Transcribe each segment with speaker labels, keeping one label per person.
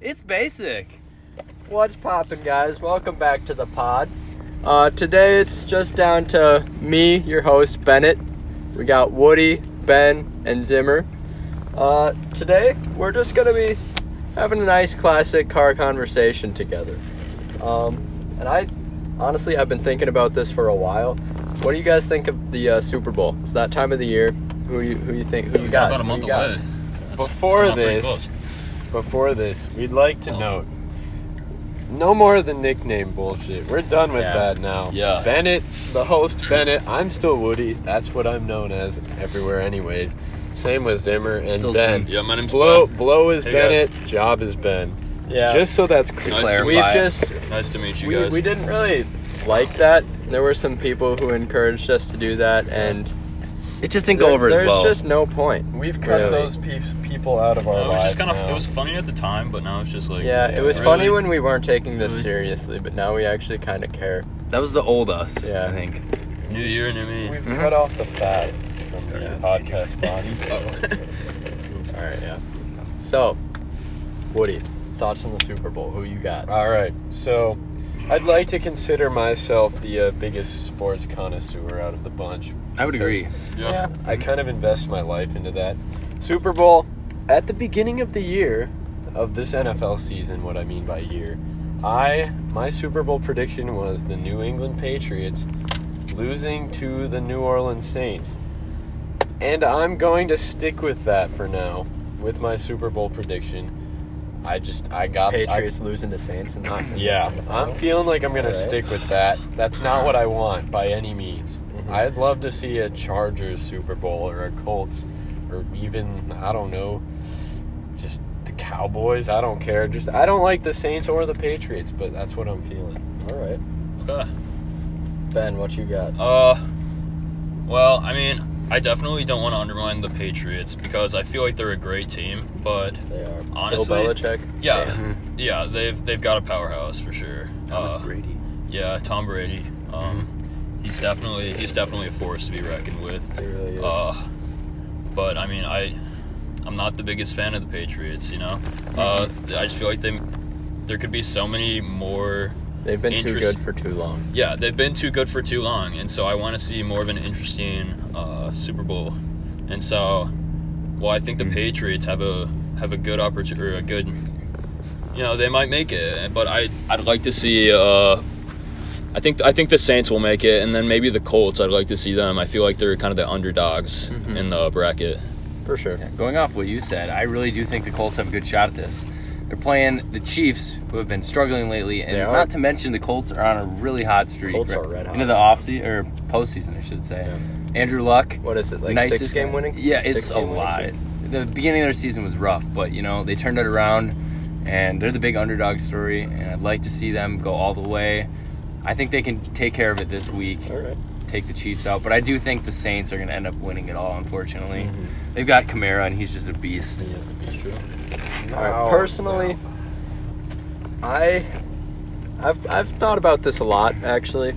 Speaker 1: It's basic.
Speaker 2: What's poppin', guys? Welcome back to the pod. Uh, today it's just down to me, your host Bennett. We got Woody, Ben, and Zimmer. Uh, today we're just gonna be having a nice classic car conversation together. Um, and I honestly I've been thinking about this for a while. What do you guys think of the uh, Super Bowl? It's that time of the year. Who you who you think who you got?
Speaker 3: About a
Speaker 2: Who
Speaker 3: month
Speaker 2: you got?
Speaker 3: away. That's-
Speaker 4: Before
Speaker 3: that's pretty
Speaker 4: this-
Speaker 3: close.
Speaker 4: Before this, we'd like to
Speaker 3: Oh.
Speaker 4: note no more of the nickname bullshit. We're done with
Speaker 3: Yeah.
Speaker 4: that now.
Speaker 3: Yeah.
Speaker 4: Bennett, the host Bennett, I'm still Woody. That's what I'm known as everywhere, anyways. Same with Zimmer and
Speaker 1: Still
Speaker 4: Ben.
Speaker 3: yeah, my name's
Speaker 4: Blow,
Speaker 3: Ben.
Speaker 4: blow is
Speaker 3: Hey, guys.
Speaker 4: Bennett. Job is Ben.
Speaker 2: Yeah.
Speaker 4: Just so that's clear.
Speaker 3: Nice to
Speaker 2: We've
Speaker 3: clarify.
Speaker 2: just
Speaker 3: Nice to meet you
Speaker 2: we,
Speaker 3: guys.
Speaker 2: we didn't really like that. There were some people who encouraged us to do that, and
Speaker 1: It just didn't
Speaker 2: there-
Speaker 1: go over
Speaker 2: there's
Speaker 1: as well.
Speaker 2: just no point.
Speaker 4: We've
Speaker 2: cut Really. those
Speaker 4: people out of our
Speaker 3: No, it was just kind of it was funny at the time, but now it's just like
Speaker 2: yeah, it was
Speaker 3: really?
Speaker 2: funny when we weren't taking this
Speaker 3: Really?
Speaker 2: seriously, but now we actually kind of care.
Speaker 1: that was the old us,
Speaker 2: Yeah.
Speaker 1: I think.
Speaker 3: New Year, New Me.
Speaker 4: We've
Speaker 1: Mhm.
Speaker 4: cut off the fat from the
Speaker 3: Started
Speaker 4: podcast body.
Speaker 2: All right, yeah. So, Woody, thoughts on the Super Bowl? Who you got?
Speaker 4: All right, so I'd like to consider myself the uh, biggest sports connoisseur out of the bunch.
Speaker 1: I would agree. Mm-hmm.
Speaker 3: Yeah.
Speaker 4: I kind of invest my life into that. Super Bowl at the beginning of the year of this NFL season. What I mean by year, I my Super Bowl prediction was the New England Patriots losing to the New Orleans Saints, and I'm going to stick with that for now with my Super Bowl prediction. I just I
Speaker 1: Uh,
Speaker 4: got I-
Speaker 2: Patriots losing to Saints and not.
Speaker 4: yeah, I'm feeling like I'm gonna
Speaker 2: Alright.
Speaker 4: stick with that. That's not what I want by any means.
Speaker 2: Mhm.
Speaker 4: I'd love to see a Chargers Super Bowl or a Colts or even I don't know, just the Cowboys. I don't care. Just I don't like the Saints or the Patriots, but that's what I'm feeling.
Speaker 2: All right,
Speaker 3: Okay.
Speaker 2: Ben, what you got?
Speaker 3: Uh, well, I mean, I definitely don't want to undermine the Patriots because I feel like they're a great team, but
Speaker 2: They are
Speaker 3: Honestly,
Speaker 2: Bill Belichick.
Speaker 3: yeah,
Speaker 2: Damn.
Speaker 3: yeah, they've they've got a powerhouse for sure. Uh,
Speaker 2: Brady.
Speaker 3: Yeah, Tom Brady. Um, he's definitely he's definitely a force to be reckoned with.
Speaker 2: He really is.
Speaker 3: Uh, but I mean, I I'm not the biggest fan of the Patriots. You know, uh,
Speaker 2: Mm-hmm.
Speaker 3: I just feel like they there could be so many more.
Speaker 2: They've been too
Speaker 3: interest-
Speaker 2: good for too long.
Speaker 3: Yeah, they've been too good for too long, and so I want to see more of an interesting uh, Super Bowl. And so, well, I
Speaker 2: Hmm.
Speaker 3: think the Patriots have a have a good opportunity, or a good, you know, they might make it. But I I'd like to see. Uh, I think I think the Saints will make it, and then maybe the Colts. I'd like to see them. I feel like they're kind of the underdogs
Speaker 1: Mhm.
Speaker 2: Mm-hmm.
Speaker 3: in the bracket.
Speaker 2: For sure.
Speaker 1: Going off what you said, I really do think the Colts have a good shot at this. They're playing the Chiefs, who have been struggling lately, and
Speaker 2: They are.
Speaker 1: not to mention the Colts are on a really hot streak.
Speaker 2: Colts are
Speaker 1: right-
Speaker 2: red hot.
Speaker 1: Into the offseason or postseason, I should say. Andrew Luck,
Speaker 2: What is it like?
Speaker 1: nicest
Speaker 2: six game winning?
Speaker 1: Yeah,
Speaker 2: Six
Speaker 1: it's a
Speaker 2: game winning
Speaker 1: lot.
Speaker 2: streak?
Speaker 1: The beginning of their season was rough, but you know they turned it around, and they're the big underdog story. And I'd like to see them go all the way. I think they can take care of it this week,
Speaker 2: All right.
Speaker 1: take the Chiefs out. But I do think the Saints are going to end up winning it all. Unfortunately,
Speaker 2: Mm-hmm.
Speaker 1: they've got Kamara, and he's just a beast.
Speaker 2: All
Speaker 3: Oh,
Speaker 2: right, personally, I, I've I've thought about this a lot actually,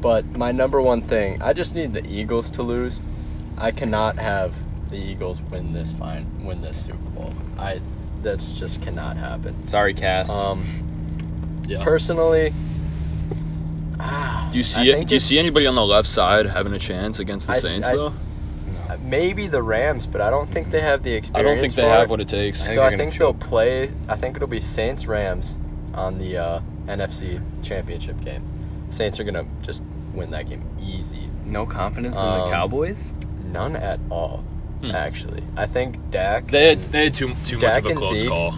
Speaker 2: but my number one thing, I just need the Eagles to lose. I cannot have the Eagles win this fine win this Super Bowl. I that's just cannot happen.
Speaker 1: Sorry, Cass.
Speaker 2: Um,
Speaker 3: Yeah.
Speaker 2: personally, ah,
Speaker 3: Do
Speaker 2: I
Speaker 3: you see it?
Speaker 2: think
Speaker 3: Do you see
Speaker 2: it's-
Speaker 3: anybody on the left side having a chance against the
Speaker 2: I s-
Speaker 3: Saints
Speaker 2: I-
Speaker 3: though?
Speaker 2: maybe the Rams, but I don't think they have the
Speaker 3: I
Speaker 2: experience.
Speaker 3: don't think they
Speaker 2: for
Speaker 3: have
Speaker 2: it.
Speaker 3: what it takes.
Speaker 1: think
Speaker 2: so
Speaker 1: they're
Speaker 2: I
Speaker 1: gonna
Speaker 2: think they'll play. I think it'll be Saints Rams on the uh, NFC Championship game. Saints are gonna just win that game easy.
Speaker 1: no confidence in
Speaker 2: um,
Speaker 1: the Cowboys.
Speaker 2: None at all,
Speaker 3: Hmm.
Speaker 2: actually. I think Dak.
Speaker 3: They had,
Speaker 2: and-
Speaker 3: they had too too
Speaker 2: Dak
Speaker 3: much of a
Speaker 2: and
Speaker 3: close
Speaker 2: Zeke.
Speaker 3: call.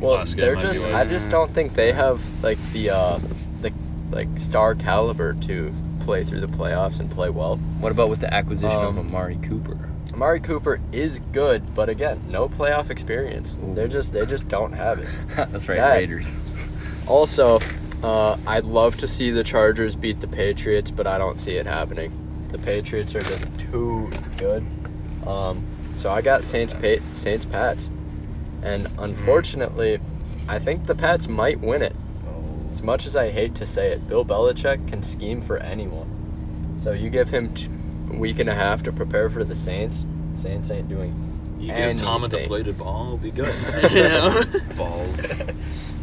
Speaker 2: well,
Speaker 3: last game
Speaker 2: they're
Speaker 3: might be
Speaker 2: just.
Speaker 3: like-
Speaker 2: I just don't think they have like the uh, the like star caliber to play through the playoffs and play well.
Speaker 1: What about with the acquisition of
Speaker 2: um,
Speaker 1: Amari Cooper?
Speaker 2: Amari Cooper is good, but again, no playoff experience.
Speaker 1: Ooh.
Speaker 2: They're just they just don't have it.
Speaker 1: That's right,
Speaker 2: that-
Speaker 1: Raiders.
Speaker 2: Also, uh, I'd love to see the Chargers beat the Patriots, but I don't see it happening. The Patriots are just too good. Um, so I got Saints pa- Saints Pats, and unfortunately, I think the Pats might win it. As much as I hate to say it, Bill Belichick can scheme for anyone. So you give him t- a week and a half to prepare for the Saints. Saints ain't doing.
Speaker 3: You
Speaker 2: And
Speaker 3: give Tom a
Speaker 2: they-
Speaker 3: deflated ball, it'll be good.
Speaker 1: Balls.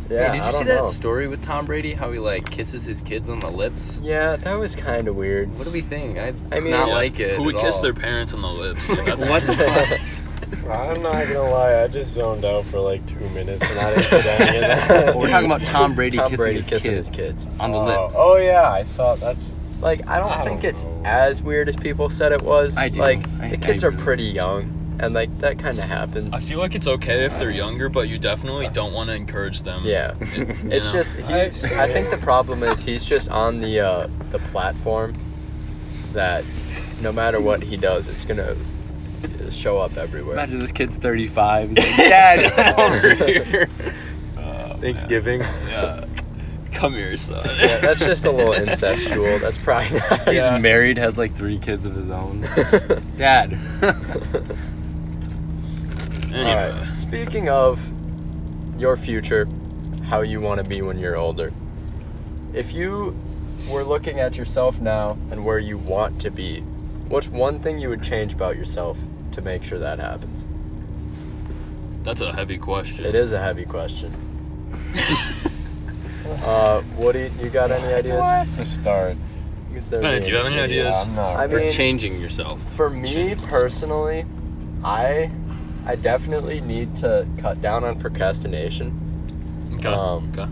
Speaker 2: Yeah,
Speaker 1: Hey, did
Speaker 2: I
Speaker 1: you see
Speaker 2: don't
Speaker 1: that
Speaker 2: know.
Speaker 1: story with Tom Brady? How he like kisses his kids on the lips?
Speaker 2: Yeah, that was kind of weird.
Speaker 1: What do we think? I,
Speaker 2: I
Speaker 1: I
Speaker 2: mean-
Speaker 1: mean, not
Speaker 2: Yeah.
Speaker 1: like it.
Speaker 3: Who would
Speaker 1: at
Speaker 3: kiss
Speaker 1: all.
Speaker 3: their parents on the lips? Like, that's-
Speaker 1: What the fuck?
Speaker 4: I'm not gonna lie, I just zoned out for like two minutes and I didn't get any of that.
Speaker 1: We're talking about Tom Brady
Speaker 2: Tom
Speaker 1: kissing,
Speaker 2: Brady
Speaker 1: his,
Speaker 2: kissing his
Speaker 1: kids
Speaker 2: kids.
Speaker 1: on the
Speaker 4: Oh,
Speaker 1: lips.
Speaker 4: Oh yeah, I saw that's
Speaker 2: Like, I don't
Speaker 4: I
Speaker 2: think
Speaker 4: don't
Speaker 2: it's
Speaker 4: know.
Speaker 2: as weird as people said it was.
Speaker 1: I do.
Speaker 2: Like,
Speaker 1: I-
Speaker 2: the
Speaker 1: I
Speaker 2: kids are
Speaker 1: really-
Speaker 2: pretty young, and like that kind of happens.
Speaker 3: I feel like it's okay if they're younger, but you definitely don't want to encourage them.
Speaker 2: Yeah,
Speaker 3: You
Speaker 2: it's
Speaker 3: know?
Speaker 2: just he.
Speaker 4: I-
Speaker 2: I think the problem is he's just on the uh, the platform that no matter what he does, it's gonna show up everywhere.
Speaker 1: Imagine this kid's 35. He's like, Dad, come over here.
Speaker 4: Thanksgiving.
Speaker 3: Yeah. Come here, son.
Speaker 2: Yeah, that's just a little incestual. That's probably not.
Speaker 1: He's
Speaker 4: Yeah.
Speaker 1: married, has like three kids of his own. Dad.
Speaker 3: Anyway,
Speaker 2: All right. Speaking of your future, how you want to be when you're older. If you were looking at yourself now and where you want to be, what's one thing you would change about yourself to make sure that happens?
Speaker 3: that's a heavy question.
Speaker 2: It is a heavy question. uh, Woody, you got any ideas?
Speaker 4: to start.
Speaker 2: Is there
Speaker 3: Bennett, do you have any
Speaker 2: really-
Speaker 3: ideas?
Speaker 4: Yeah, I'm not
Speaker 2: I
Speaker 1: You're
Speaker 2: mean-
Speaker 1: changing yourself.
Speaker 2: For me personally, I I definitely need to cut down on procrastination.
Speaker 3: Okay.
Speaker 2: Um,
Speaker 3: okay.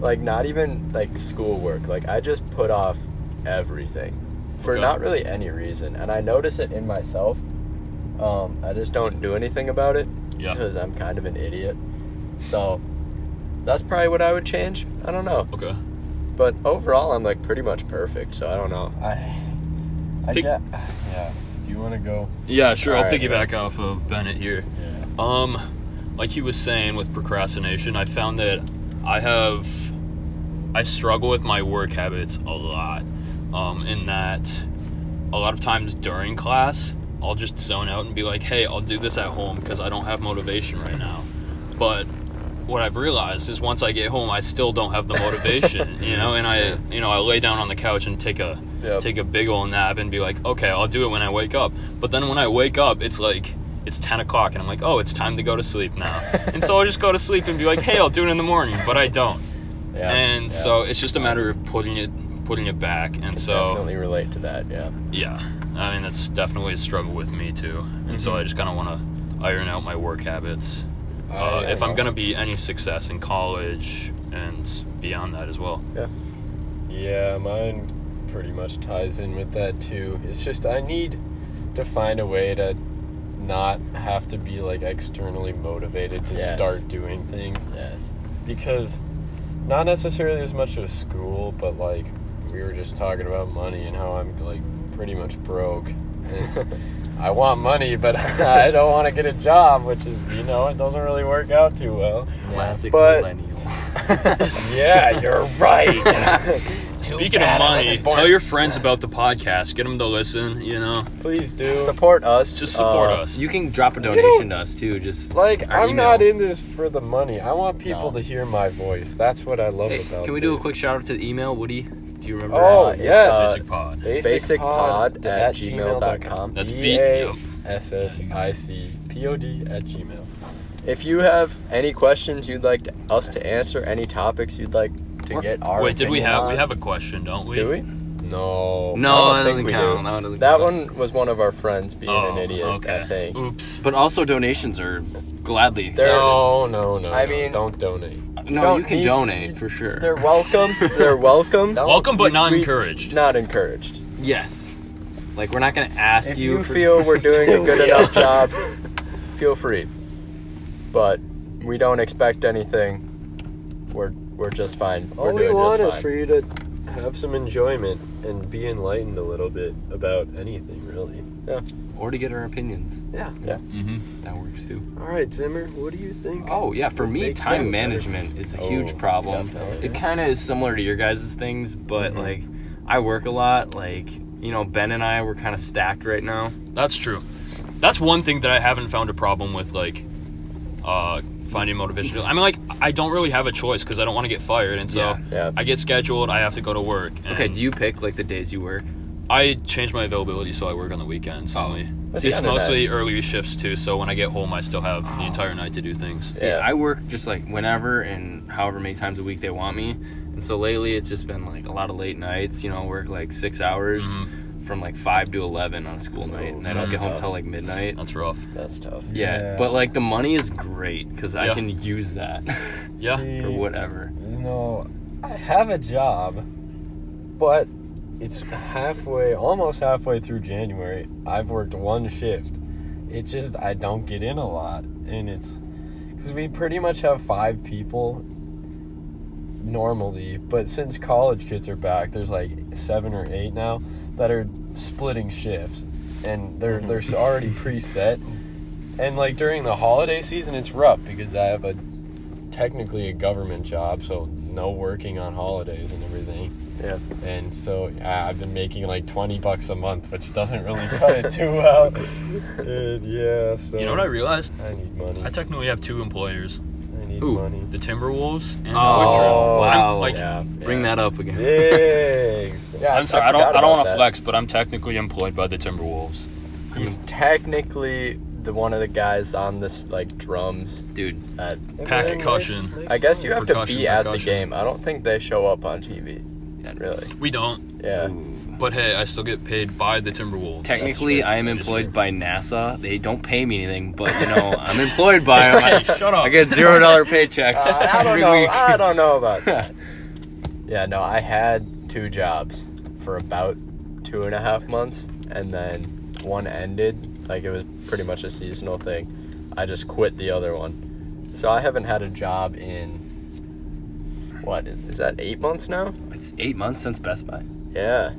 Speaker 2: like not even like schoolwork. Like I just put off everything for
Speaker 3: Okay.
Speaker 2: not really any reason, and I notice it in myself. Um, I just don't do anything about it
Speaker 3: Yeah.
Speaker 2: because I'm kind of an idiot. So that's probably what I would change. I don't know,
Speaker 3: Okay.
Speaker 2: but overall, I'm like pretty much perfect. So I don't know.
Speaker 4: I, I
Speaker 3: Pick-
Speaker 4: get, yeah. Do you want to go?
Speaker 3: Yeah, sure. I'll
Speaker 4: All right,
Speaker 3: piggyback off of Bennett here.
Speaker 4: Yeah.
Speaker 3: Um, like he was saying with procrastination, I found that I have I struggle with my work habits a lot. Um, in that a lot of times during class, I'll just zone out and be like, "Hey, I'll do this at home because I don't have motivation right now." But what I've realized is once I get home, I still don't have the motivation, you know. And I, you know, I lay down on the couch and take a
Speaker 2: Yep.
Speaker 3: take a big old nap and be like, "Okay, I'll do it when I wake up." But then when I wake up, it's like it's 10 o'clock and I'm like, "Oh, it's time to go to sleep now." and so I'll just go to sleep and be like, "Hey, I'll do it in the morning," but I don't.
Speaker 4: Yeah.
Speaker 3: and so it's just a matter of putting it putting it back. And so
Speaker 2: Definitely relate to that. Yeah.
Speaker 3: yeah, I mean that's definitely a struggle with me too, and so
Speaker 2: Mm-hmm.
Speaker 3: I just kind of want to iron out my work habits
Speaker 2: Oh,
Speaker 4: I-
Speaker 3: uh, if I'm
Speaker 4: uh,
Speaker 3: gonna be any success in college and beyond that as well.
Speaker 4: Yeah, mine pretty much ties in with that too. It's just I need to find a way to not have to be like externally motivated to
Speaker 2: Yes.
Speaker 4: start doing things
Speaker 2: Yes.
Speaker 4: because not necessarily as much as school, but like we were just talking about money and how I'm like pretty much broke. And I want money, but I don't want to get a job, which is you know it doesn't really work out too well.
Speaker 1: Classic
Speaker 4: But-
Speaker 1: millennial.
Speaker 4: Yeah, you're right.
Speaker 3: Speaking of money, tell your friends about the podcast. Get them to listen. You know,
Speaker 4: Please do.
Speaker 2: Support us.
Speaker 3: just support
Speaker 2: uh,
Speaker 3: us.
Speaker 1: You can drop a donation to us too. Just
Speaker 4: Like
Speaker 1: Our
Speaker 4: I'm
Speaker 1: email.
Speaker 4: not in this for the money. I want people
Speaker 2: No.
Speaker 4: to hear my voice. That's what I love
Speaker 1: Hey,
Speaker 4: about.
Speaker 1: can we do a
Speaker 4: this.
Speaker 1: quick shout out to the email, Woody? Do you remember?
Speaker 4: Oh
Speaker 2: Uh, it's,
Speaker 4: yes,
Speaker 2: uh,
Speaker 3: Basic Pod.
Speaker 2: basicpod at gmail.com.
Speaker 3: That's
Speaker 4: B
Speaker 3: beat-
Speaker 4: a
Speaker 3: yep.
Speaker 4: s s i c p o d at gmail.
Speaker 2: If you have any questions you'd like to- us to answer, any topics you'd like to get our
Speaker 3: Wait, did we
Speaker 2: opinion
Speaker 3: have we
Speaker 2: on,
Speaker 3: have a question? Don't we?
Speaker 2: Do we? Oh, I
Speaker 4: No.
Speaker 1: No, that
Speaker 2: don't
Speaker 1: doesn't
Speaker 2: think we
Speaker 1: count.
Speaker 2: do.
Speaker 1: That one doesn't
Speaker 2: That
Speaker 1: count.
Speaker 2: one was one of our friends being
Speaker 3: Oh,
Speaker 2: an idiot,
Speaker 3: okay.
Speaker 2: I think.
Speaker 3: Oops.
Speaker 1: But also donations are gladly.
Speaker 2: They're-
Speaker 1: accepted.
Speaker 4: No, no, no.
Speaker 2: I
Speaker 4: no.
Speaker 2: mean-
Speaker 4: don't donate.
Speaker 1: no,
Speaker 2: don't
Speaker 1: you can
Speaker 2: need-
Speaker 1: donate for sure.
Speaker 2: They're welcome. They're welcome.
Speaker 4: Don't-
Speaker 3: Welcome, but not
Speaker 2: we-
Speaker 3: encouraged.
Speaker 2: Not encouraged.
Speaker 1: Yes. Like we're not gonna ask
Speaker 2: If
Speaker 1: you.
Speaker 2: you,
Speaker 1: for-
Speaker 2: feel we're doing a good enough job, feel free. But we don't expect anything. We're we're just fine.
Speaker 4: All
Speaker 2: we're
Speaker 4: we
Speaker 2: doing
Speaker 4: want
Speaker 2: just
Speaker 4: is
Speaker 2: fine.
Speaker 4: for you to have some enjoyment and be enlightened a little bit about anything, really.
Speaker 1: or to get our opinions.
Speaker 4: Yeah.
Speaker 2: Yeah.
Speaker 3: Mm-hmm.
Speaker 1: That works too.
Speaker 4: All right, Zimmer. What do you think?
Speaker 1: Oh yeah, for me,
Speaker 4: Make them
Speaker 1: time
Speaker 4: better.
Speaker 1: management is a
Speaker 4: Oh,
Speaker 1: huge problem.
Speaker 4: definitely.
Speaker 1: It kind of is similar to your guys' things, but
Speaker 4: Mhm.
Speaker 1: like I work a lot. Like you know, Ben and I we're kind of stacked right now.
Speaker 3: That's true. That's one thing that I haven't found a problem with, like, uh, finding motivation. to- I mean, like I don't really have a choice because I don't want to get fired, and so
Speaker 1: Yeah.
Speaker 2: Yeah.
Speaker 3: I get scheduled. I have to go to work. and
Speaker 1: Okay, do you pick like the days you work?
Speaker 3: I change my availability so I work on the weekends
Speaker 1: Oh.
Speaker 3: only.
Speaker 2: That's
Speaker 3: it's
Speaker 2: kinda
Speaker 3: mostly
Speaker 2: nice.
Speaker 3: earlier shifts too, so when I get home, I still have the entire night to do things.
Speaker 1: See,
Speaker 2: Yeah.
Speaker 1: I work just like whenever and however many times a week they want me. And so lately it's just been like a lot of late nights, you know, work like six hours
Speaker 3: Mhm.
Speaker 1: from like five to 11 on a school night. And I don't
Speaker 2: that's
Speaker 1: get home
Speaker 2: tough.
Speaker 1: till like midnight.
Speaker 3: That's rough.
Speaker 2: That's tough.
Speaker 1: Yeah,
Speaker 4: Yeah.
Speaker 1: but like the money is great because I
Speaker 3: Yeah.
Speaker 1: can use that
Speaker 3: Yeah.
Speaker 1: for whatever.
Speaker 4: No, I have a job, but it's halfway, almost halfway through January. I've worked one shift. It just I don't get in a lot, and it's because we pretty much have five people normally, but since college kids are back, there's like seven or eight now that are splitting shifts, and they're they're already preset. And like during the holiday season, it's rough because I have a technically a government job, so no working on holidays and everything.
Speaker 2: Yeah.
Speaker 4: And so yeah, I've been making like twenty bucks a month, which doesn't really cut it too well. And yeah, so
Speaker 3: You know what I realized?
Speaker 4: I need money.
Speaker 3: I technically have two employers:
Speaker 4: I need
Speaker 1: Ooh.
Speaker 4: money.
Speaker 3: the Timberwolves and the
Speaker 1: Oh,
Speaker 3: Quick Trip. I'm,
Speaker 1: wow.
Speaker 3: like,
Speaker 4: Yeah.
Speaker 1: Bring that up again.
Speaker 4: Yay! Yeah,
Speaker 3: I'm sorry. I, don't.
Speaker 2: forgot
Speaker 3: I don't
Speaker 2: about
Speaker 3: want to
Speaker 2: that.
Speaker 3: flex, but I'm technically employed by the Timberwolves.
Speaker 2: He's technically the one of the guys on this like drums.
Speaker 1: Dude,
Speaker 2: At,
Speaker 3: Pack of cushion.
Speaker 2: I guess you have to
Speaker 3: Percussion,
Speaker 2: be at the
Speaker 3: percussion.
Speaker 2: game. I don't think they show up on TV. Really?
Speaker 3: We don't.
Speaker 1: uh,
Speaker 2: Yeah.
Speaker 1: ooh.
Speaker 3: But hey, I still get paid by the Timberwolves.
Speaker 1: technically
Speaker 2: right.
Speaker 1: I am
Speaker 3: I just-
Speaker 1: employed by NASA. They don't pay me anything, but you know, I'm employed by 'em.
Speaker 3: Hey, shut up.
Speaker 1: I get zero dollar paychecks.
Speaker 2: Uh, I don't
Speaker 1: every
Speaker 2: know.
Speaker 1: week.
Speaker 2: I don't know about that. yeah, no, I had two jobs for about two and a half months, and then one ended. Like it was pretty much a seasonal thing. I just quit the other one, so I haven't had a job in what is that eight months now?
Speaker 1: It's eight months since Best Buy.
Speaker 2: Yeah,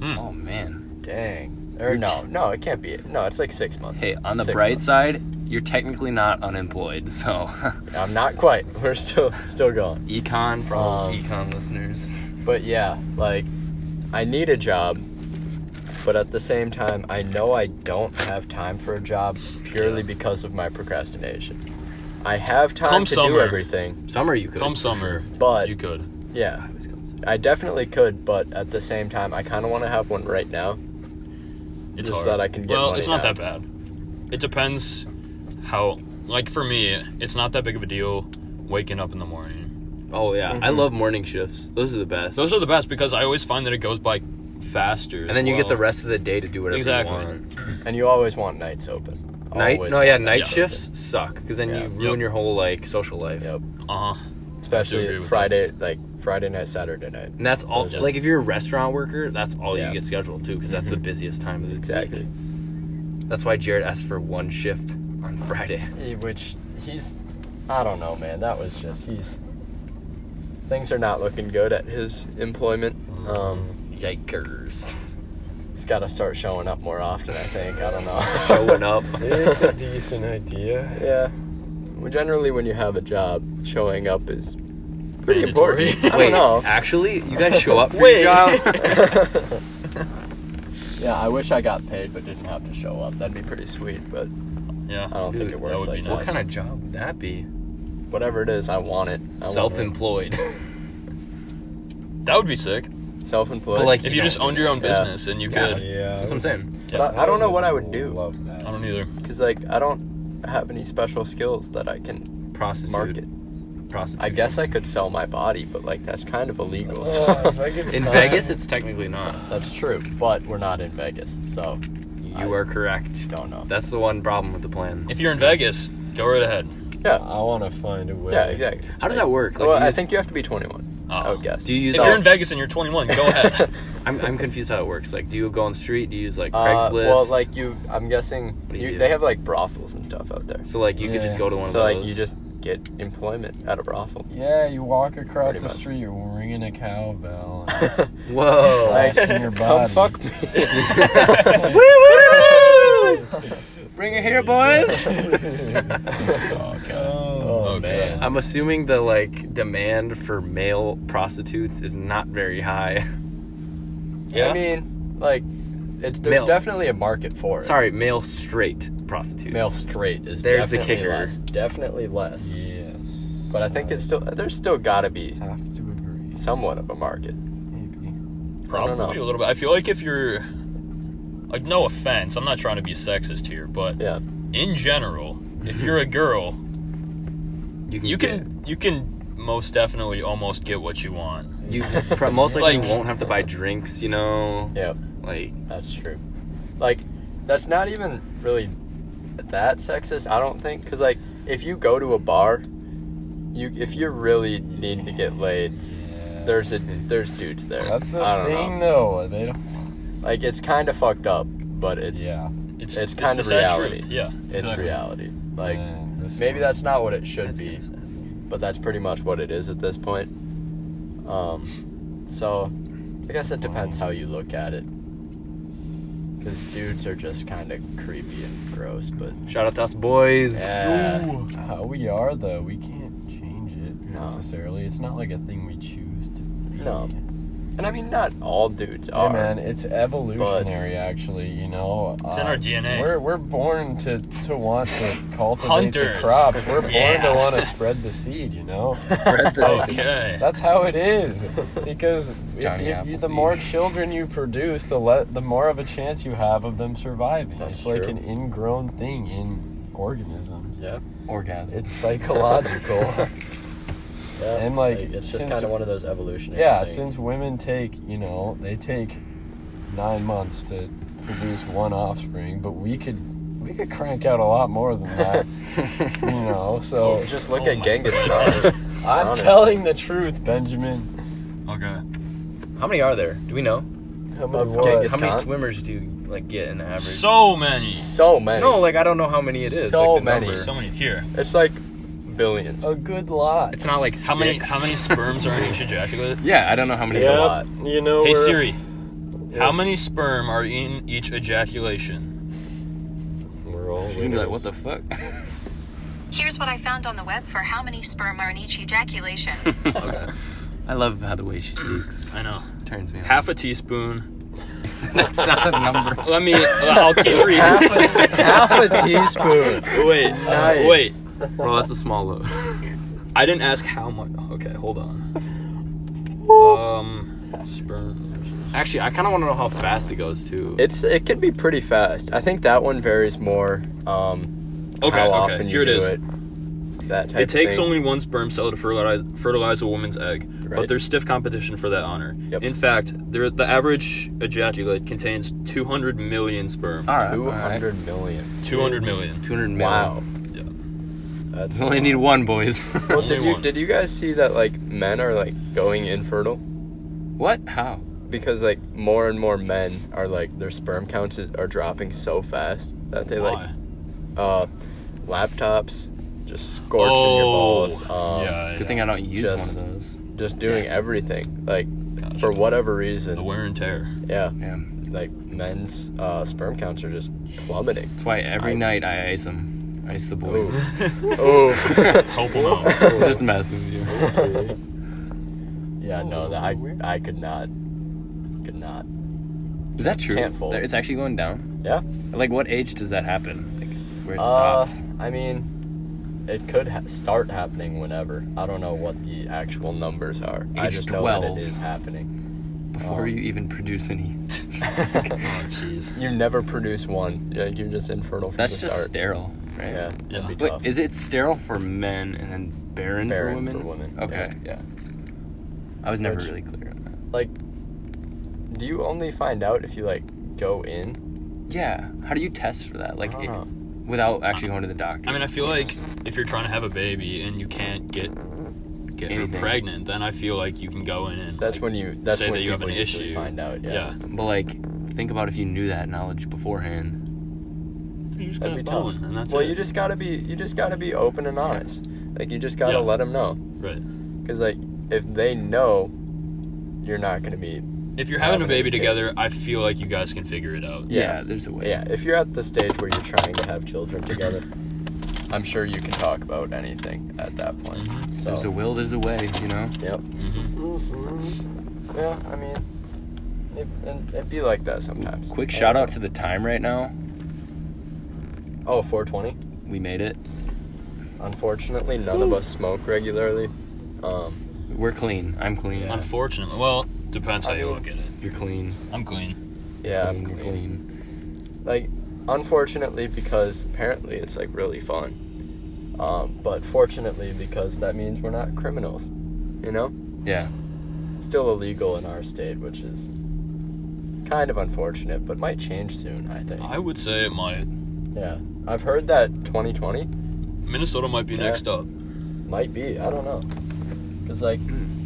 Speaker 1: Oh man.
Speaker 2: dang. Or no, no, it can't be. No, it's like six months.
Speaker 1: Hey, on the
Speaker 2: Six
Speaker 1: bright
Speaker 2: months.
Speaker 1: side, you're technically not unemployed. So,
Speaker 2: I'm not quite. We're still still going.
Speaker 1: econ for all those
Speaker 2: Um,
Speaker 1: econ listeners.
Speaker 2: But yeah, like I need a job, but at the same time, I know I don't have time for a job purely because of my procrastination. I have time
Speaker 3: Come
Speaker 2: to
Speaker 3: summer.
Speaker 2: do everything,
Speaker 1: Summer, you could.
Speaker 3: Come summer,
Speaker 2: but
Speaker 3: you could.
Speaker 2: yeah, I definitely could. But at the same time, I kind of want to have one right now.
Speaker 3: It's
Speaker 2: Just that
Speaker 3: hard.
Speaker 2: I can get
Speaker 3: Well,
Speaker 2: money
Speaker 3: it's not
Speaker 2: now.
Speaker 3: that bad. It depends how. Like for me, it's not that big of a deal waking up in the morning.
Speaker 1: Oh yeah, I
Speaker 2: Mm-hmm.
Speaker 1: love morning shifts. Those are the best.
Speaker 3: Those are the best because I always find that it goes by faster.
Speaker 1: and then you get the rest of the day to do whatever
Speaker 3: Exactly.
Speaker 1: you want.
Speaker 2: And you always want nights open.
Speaker 1: Night,
Speaker 2: Always
Speaker 1: no,
Speaker 2: want
Speaker 1: yeah, night
Speaker 3: Yeah.
Speaker 1: shifts suck because then
Speaker 2: Yeah.
Speaker 1: you ruin
Speaker 3: Yep.
Speaker 1: your whole like social life.
Speaker 2: Yep.
Speaker 3: Uh huh. agree
Speaker 2: especially
Speaker 3: with
Speaker 2: Friday, like Friday night, Saturday night.
Speaker 1: And that's all.
Speaker 2: Yeah.
Speaker 1: Like if you're a restaurant worker, that's all
Speaker 2: Yeah. Mm-hmm.
Speaker 1: you get scheduled too because that's the busiest time of the
Speaker 2: Exactly.
Speaker 1: week. That's why Jared asked for one shift on Friday.
Speaker 2: Eh, which he's I don't know, man. That was just he's things are not looking good at his employment.
Speaker 3: Mm.
Speaker 2: Um,
Speaker 1: Yikers!
Speaker 2: he's got to start showing up more often. I think I don't know.
Speaker 1: Showing up.
Speaker 4: it's a decent idea.
Speaker 2: yeah. Well, generally, when you have a job, showing up is pretty
Speaker 3: Mandatory.
Speaker 2: important. I
Speaker 1: Wait,
Speaker 2: don't know.
Speaker 1: actually, you guys show up for
Speaker 2: Wait.
Speaker 1: your job?
Speaker 2: yeah, I wish I got paid but didn't have to show up. That'd be pretty sweet, but
Speaker 3: Yeah.
Speaker 2: I don't think
Speaker 1: Dude,
Speaker 2: it
Speaker 1: that
Speaker 2: works
Speaker 3: would
Speaker 2: like
Speaker 3: be
Speaker 2: that.
Speaker 1: what kind of job would that be?
Speaker 2: Whatever it is, I want it. I want it.
Speaker 1: Self-employed.
Speaker 3: That would be sick
Speaker 2: Self-employed.
Speaker 1: But, like,
Speaker 3: if
Speaker 1: You
Speaker 3: you
Speaker 1: don't
Speaker 3: just
Speaker 1: do
Speaker 3: owned your own
Speaker 2: Yeah.
Speaker 3: business and you
Speaker 1: Yeah.
Speaker 3: could.
Speaker 4: Yeah.
Speaker 1: That's what I'm saying.
Speaker 2: But I, I don't know what I would do.
Speaker 4: Love that.
Speaker 3: I don't either.
Speaker 2: Cause like I don't have any special skills that I can
Speaker 1: Prostitute.
Speaker 2: market.
Speaker 1: Prostitute.
Speaker 2: I guess I could sell my body, but like that's kind of illegal.
Speaker 4: Oh, if
Speaker 2: So
Speaker 4: I could
Speaker 1: In
Speaker 4: find-
Speaker 1: Vegas, it's technically not.
Speaker 2: that's true. But we're not in Vegas, so
Speaker 1: You are correct.
Speaker 2: don't know.
Speaker 1: That's the one problem with the plan.
Speaker 3: If you're in Vegas, go right ahead.
Speaker 2: Yeah,
Speaker 4: I want to find a way.
Speaker 2: yeah, exactly.
Speaker 1: How does that work?
Speaker 2: well,
Speaker 1: you
Speaker 2: I
Speaker 1: use-
Speaker 2: think you have to be 21. I
Speaker 3: Uh-oh.
Speaker 2: would guess.
Speaker 1: Uh, Do you use-
Speaker 3: Uh-huh. If
Speaker 1: So-
Speaker 3: you're in Vegas and you're 21, go ahead.
Speaker 1: I'm, I'm confused how it works. Like, do you go on the street? Do you use like
Speaker 2: Uh,
Speaker 1: Craigslist?
Speaker 2: well, like you, I'm guessing
Speaker 1: do you
Speaker 2: you,
Speaker 1: do?
Speaker 2: they have like brothels and stuff out there.
Speaker 1: so like you could just
Speaker 4: Yeah.
Speaker 1: go to one
Speaker 2: So
Speaker 1: of those.
Speaker 2: like you just get employment at a brothel.
Speaker 4: Yeah, you walk across
Speaker 2: Pretty
Speaker 4: the
Speaker 2: much.
Speaker 4: street, you're ringing a cowbell.
Speaker 1: whoa.
Speaker 4: Like- Flashing your
Speaker 2: Come
Speaker 4: body.
Speaker 2: fuck me.
Speaker 1: Bring it here, boys.
Speaker 4: oh, God. Oh,
Speaker 3: Oh,
Speaker 4: man.
Speaker 1: I'm assuming the like demand for male prostitutes is not very high.
Speaker 3: Yeah.
Speaker 2: I mean, like, it's there's
Speaker 1: Male.
Speaker 2: definitely a market for it.
Speaker 1: Sorry, male straight prostitutes.
Speaker 4: Male straight is
Speaker 1: There's the
Speaker 4: definitely
Speaker 1: kicker.
Speaker 4: less.
Speaker 2: Definitely less.
Speaker 4: Yes.
Speaker 2: But I think it's still there's still got to be
Speaker 4: have to agree.
Speaker 2: somewhat of a market.
Speaker 4: Maybe.
Speaker 2: don't know.
Speaker 3: Probably a little bit. I feel like if you're, like, no offense, I'm not trying to be sexist here, but
Speaker 2: Yeah.
Speaker 3: in general, if you're a girl, you
Speaker 1: get-
Speaker 3: can you can most definitely almost get what you want.
Speaker 1: You pro- most likely
Speaker 3: Like-
Speaker 1: won't have to buy drinks, you know.
Speaker 2: Yeah.
Speaker 1: Like
Speaker 2: That's true. Like, that's not even really that sexist. I don't think because like if you go to a bar, you if you really need to get laid,
Speaker 4: Yeah.
Speaker 2: there's a there's dudes there.
Speaker 4: That's the
Speaker 2: I don't
Speaker 4: thing, though. They don't.
Speaker 2: know. Like it's kind of fucked up, but it's
Speaker 4: yeah.
Speaker 3: It's
Speaker 2: It's kind
Speaker 3: the
Speaker 2: of
Speaker 3: sad
Speaker 2: reality.
Speaker 3: truth, Yeah.
Speaker 2: it's
Speaker 4: Exactly.
Speaker 2: reality. Like
Speaker 4: Man, this
Speaker 2: maybe
Speaker 4: one-
Speaker 2: that's not what it should
Speaker 1: that's
Speaker 2: be,
Speaker 1: kinda sad.
Speaker 2: but that's pretty much what it is at this point. Um, so I guess it depends how you look at it. Because dudes are just kind of creepy and gross, but
Speaker 1: Shout out to us boys.
Speaker 2: yeah.
Speaker 4: how we are though. We can't change it
Speaker 2: No.
Speaker 4: necessarily. It's not like a thing we choose to. Be.
Speaker 2: No, And I mean, not all dudes
Speaker 4: Hey,
Speaker 2: are.
Speaker 4: man, it's evolutionary. actually, you know, Uh,
Speaker 3: It's in our DNA.
Speaker 4: We're we're born to to want to cultivate
Speaker 3: Hunters.
Speaker 4: the crop. We're born
Speaker 3: Yeah.
Speaker 4: to want to spread the seed. You know,
Speaker 1: Spread this.
Speaker 3: Okay.
Speaker 4: that's how it is. Because if
Speaker 1: Johnny
Speaker 4: you- you- the
Speaker 1: Appleseed.
Speaker 4: more children you produce, the le- the more of a chance you have of them surviving.
Speaker 2: That's
Speaker 4: it's like
Speaker 2: true.
Speaker 4: an ingrown thing in organisms.
Speaker 2: Yeah.
Speaker 1: Orgasm.
Speaker 4: It's psychological.
Speaker 2: yeah.
Speaker 4: And, like,
Speaker 2: it's just
Speaker 4: since-
Speaker 2: kind of one of those evolutionary.
Speaker 4: yeah,
Speaker 2: things.
Speaker 4: since women take, you know, they take nine months to produce one offspring, but we could we could crank out a lot more than that, you know. So
Speaker 2: just look
Speaker 3: Oh
Speaker 2: at
Speaker 3: my
Speaker 2: Genghis
Speaker 3: goodness.
Speaker 2: Khan.
Speaker 4: I'm
Speaker 2: honestly.
Speaker 4: telling the truth, Benjamin.
Speaker 3: Okay.
Speaker 1: How many are there? Do we know?
Speaker 4: How
Speaker 2: many what? Genghis-
Speaker 1: How many
Speaker 2: Scott?
Speaker 1: swimmers do you like get in average?
Speaker 3: So many.
Speaker 2: So many.
Speaker 1: no, like I don't know how many it is.
Speaker 2: So
Speaker 1: like, the
Speaker 2: many.
Speaker 1: number.
Speaker 3: So many. Here.
Speaker 2: It's like billions.
Speaker 4: A good lot.
Speaker 1: It's not like
Speaker 3: How many
Speaker 1: six.
Speaker 3: how many sperms are in each ejaculate?
Speaker 1: Yeah, I don't know how many.
Speaker 2: It's a Yeah. lot.
Speaker 4: You know.
Speaker 3: Hey
Speaker 4: we're-
Speaker 3: Siri, how many sperm are in each ejaculation?
Speaker 4: We're all
Speaker 1: She's gonna be like,
Speaker 4: winners.
Speaker 1: what the fuck?
Speaker 5: Here's what I found on the web for how many sperm are in each ejaculation.
Speaker 3: Okay.
Speaker 1: I love how the way she speaks.
Speaker 3: I know.
Speaker 1: Just turns me on.
Speaker 3: Half a teaspoon.
Speaker 1: That's not a number.
Speaker 3: Let me. I'll keep reading.
Speaker 2: Half a teaspoon.
Speaker 3: Wait.
Speaker 2: Nice.
Speaker 3: Wait.
Speaker 1: Well, that's a small load.
Speaker 3: I didn't ask how much. Okay, hold on. Um, sperm.
Speaker 1: Actually, I kind of want to know how fast it goes too.
Speaker 2: It's it can be pretty fast. I think that one varies more. Um,
Speaker 3: Okay,
Speaker 2: how
Speaker 3: okay.
Speaker 2: often
Speaker 3: Here
Speaker 2: you do
Speaker 3: it is.
Speaker 2: it. That type
Speaker 3: It takes
Speaker 2: of thing.
Speaker 3: only one sperm cell to fertilize, fertilize a woman's egg,
Speaker 2: Right.
Speaker 3: but there's stiff competition for that honor.
Speaker 2: Yep.
Speaker 3: In fact, there, the average ejaculate contains 200 million sperm.
Speaker 1: all right.
Speaker 2: two
Speaker 1: all right.
Speaker 2: hundred million.
Speaker 3: 200 million.
Speaker 1: 200 million.
Speaker 2: Wow.
Speaker 3: Yeah.
Speaker 2: That's
Speaker 1: It's only need one, boys.
Speaker 2: Well,
Speaker 3: Only
Speaker 2: did you
Speaker 3: one.
Speaker 2: did you guys see that like men are like going infertile
Speaker 1: what? How?
Speaker 2: because like more and more men are like their sperm counts are dropping so fast that they like
Speaker 3: Why?
Speaker 2: uh, laptops, just scorching your balls, um,
Speaker 3: yeah,
Speaker 1: Good thing I don't use
Speaker 2: Just-
Speaker 1: one of those.
Speaker 2: just doing everything. Like
Speaker 3: Gotcha.
Speaker 2: for whatever
Speaker 3: The
Speaker 2: reason,
Speaker 3: wear and tear.
Speaker 2: yeah,
Speaker 1: Yeah.
Speaker 2: like men's uh, sperm counts are just plummeting.
Speaker 1: That's why every
Speaker 2: I-
Speaker 1: night I ice them. Ice the boys.
Speaker 2: Ooh, ooh.
Speaker 3: Help 'em out.
Speaker 1: Just messing with you.
Speaker 2: yeah, no, that, I I could not, could not.
Speaker 1: Is that true?
Speaker 2: Can't fold.
Speaker 1: There- It's actually going down.
Speaker 2: Yeah.
Speaker 1: Like, what age does that happen? Like, where it
Speaker 2: Uh,
Speaker 1: stops?
Speaker 2: I mean, it could ha- start happening whenever. I don't know what the actual numbers are. I
Speaker 1: Age
Speaker 2: just know
Speaker 1: 12.
Speaker 2: that it is happening.
Speaker 1: Before you even produce any.
Speaker 3: Oh, jeez.
Speaker 2: You never produce one. Yeah, you're just infertile from
Speaker 1: That's
Speaker 2: the
Speaker 1: just
Speaker 2: start.
Speaker 1: sterile, right?
Speaker 2: yeah, that'd be
Speaker 1: Wait,
Speaker 2: tough.
Speaker 1: is it sterile for men and then barren,
Speaker 2: Barren
Speaker 1: for women?
Speaker 2: for women,
Speaker 1: Okay, yeah. I was never
Speaker 2: Which-
Speaker 1: really clear on that.
Speaker 2: like do you only find out if you like go in
Speaker 1: Yeah. How do you test for that? Like,
Speaker 2: I
Speaker 1: it,
Speaker 2: don't
Speaker 1: without actually going to the doctor?
Speaker 3: I mean, I feel like if you're trying to have a baby and you can't get get her
Speaker 1: Anything.
Speaker 3: pregnant, then I feel like you can go in and
Speaker 2: that's
Speaker 3: like,
Speaker 2: when you that's
Speaker 3: say
Speaker 2: when
Speaker 3: that you have
Speaker 2: people
Speaker 3: an
Speaker 2: usually
Speaker 3: issue.
Speaker 2: find out yeah,
Speaker 3: yeah.
Speaker 1: but like, think about if you knew that knowledge beforehand.
Speaker 3: You just
Speaker 2: That'd
Speaker 3: got
Speaker 2: be
Speaker 3: a
Speaker 2: tough.
Speaker 3: bone, and that's
Speaker 2: well
Speaker 3: it.
Speaker 2: you just gotta be you just gotta be open and honest like you just gotta
Speaker 3: Yeah.
Speaker 2: let them know
Speaker 3: right.
Speaker 2: because like if they know you're not gonna be
Speaker 3: If you're having a
Speaker 2: having any
Speaker 3: baby
Speaker 2: kids.
Speaker 3: together, I feel like you guys can figure it out.
Speaker 2: Yeah.
Speaker 1: there's a way.
Speaker 2: yeah if you're at the stage where you're trying to have children together i'm sure you can talk about anything at that point
Speaker 3: Mhm.
Speaker 1: There's a
Speaker 2: Mm-hmm. so
Speaker 1: will, there's a way, you know?
Speaker 2: yep
Speaker 3: Mhm.
Speaker 2: yeah i mean it, and it'd be like that sometimes
Speaker 1: Quick shout out to the time right now.
Speaker 2: Oh, 420.
Speaker 1: We made it.
Speaker 2: Unfortunately, none of us smoke regularly. Um,
Speaker 1: We're clean. I'm clean.
Speaker 2: Yeah.
Speaker 3: Unfortunately, well, depends how
Speaker 2: I
Speaker 3: you
Speaker 2: mean-
Speaker 3: look at it.
Speaker 1: You're clean.
Speaker 3: I'm clean.
Speaker 2: yeah,
Speaker 1: Clean,
Speaker 2: I'm
Speaker 1: you're
Speaker 2: clean.
Speaker 1: clean.
Speaker 2: Like, unfortunately, because apparently it's like really fun. Um, but fortunately, because that means we're not criminals. You know,
Speaker 1: Yeah.
Speaker 2: it's still illegal in our state, which is kind of unfortunate, but might change soon. I think.
Speaker 3: I would say it might.
Speaker 2: Yeah, I've heard that 2020
Speaker 3: Minnesota might be
Speaker 2: Yeah.
Speaker 3: next up.
Speaker 2: might be. I don't know. Cause like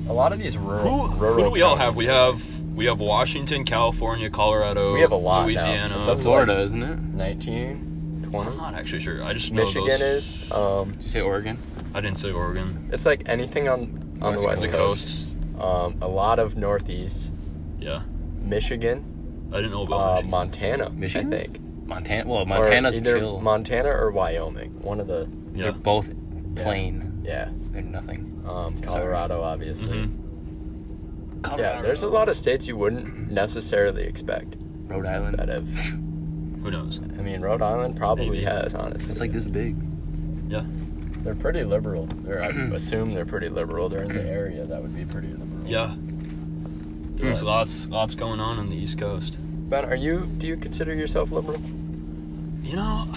Speaker 2: a lot of these rural
Speaker 3: Who,
Speaker 2: rural.
Speaker 3: who do we all have? We
Speaker 2: counties-
Speaker 3: have we have Washington, California, Colorado.
Speaker 2: We have a lot now.
Speaker 3: Louisiana.
Speaker 2: It's up to-
Speaker 1: Florida, isn't it?
Speaker 2: 19,
Speaker 3: I'm
Speaker 2: 20.
Speaker 3: not actually sure. I just know
Speaker 2: Michigan
Speaker 3: those-
Speaker 2: is. Um,
Speaker 1: Did you say Oregon?
Speaker 3: I didn't say Oregon.
Speaker 2: it's like anything on on the
Speaker 1: West
Speaker 2: west
Speaker 3: The
Speaker 2: coast.
Speaker 3: coast.
Speaker 2: Um, a lot of northeast,
Speaker 3: Yeah.
Speaker 2: Michigan,
Speaker 3: I didn't know about
Speaker 2: uh,
Speaker 3: Michigan.
Speaker 2: Montana.
Speaker 1: Michigan
Speaker 2: I think.
Speaker 1: Montana. Well,
Speaker 2: Or
Speaker 1: Montana's
Speaker 2: either
Speaker 1: chill.
Speaker 2: Montana or Wyoming. One of the
Speaker 1: They're
Speaker 3: Yeah.
Speaker 1: both plain.
Speaker 2: yeah.
Speaker 1: They're nothing.
Speaker 2: Um, Colorado, obviously.
Speaker 3: Mhm.
Speaker 2: Yeah, there's a lot of states you wouldn't necessarily expect
Speaker 1: Rhode Island.
Speaker 2: that have.
Speaker 3: Who knows?
Speaker 2: I mean, Rhode Island probably
Speaker 3: Maybe.
Speaker 2: has, honestly.
Speaker 1: It's like this big.
Speaker 2: They're pretty liberal. They're, I assume they're pretty liberal. They're in the area that would be pretty liberal.
Speaker 3: Yeah.
Speaker 2: Hmm.
Speaker 3: There's lots lots going on on the East Coast.
Speaker 2: Ben, are you? Do you consider yourself liberal?
Speaker 3: You know,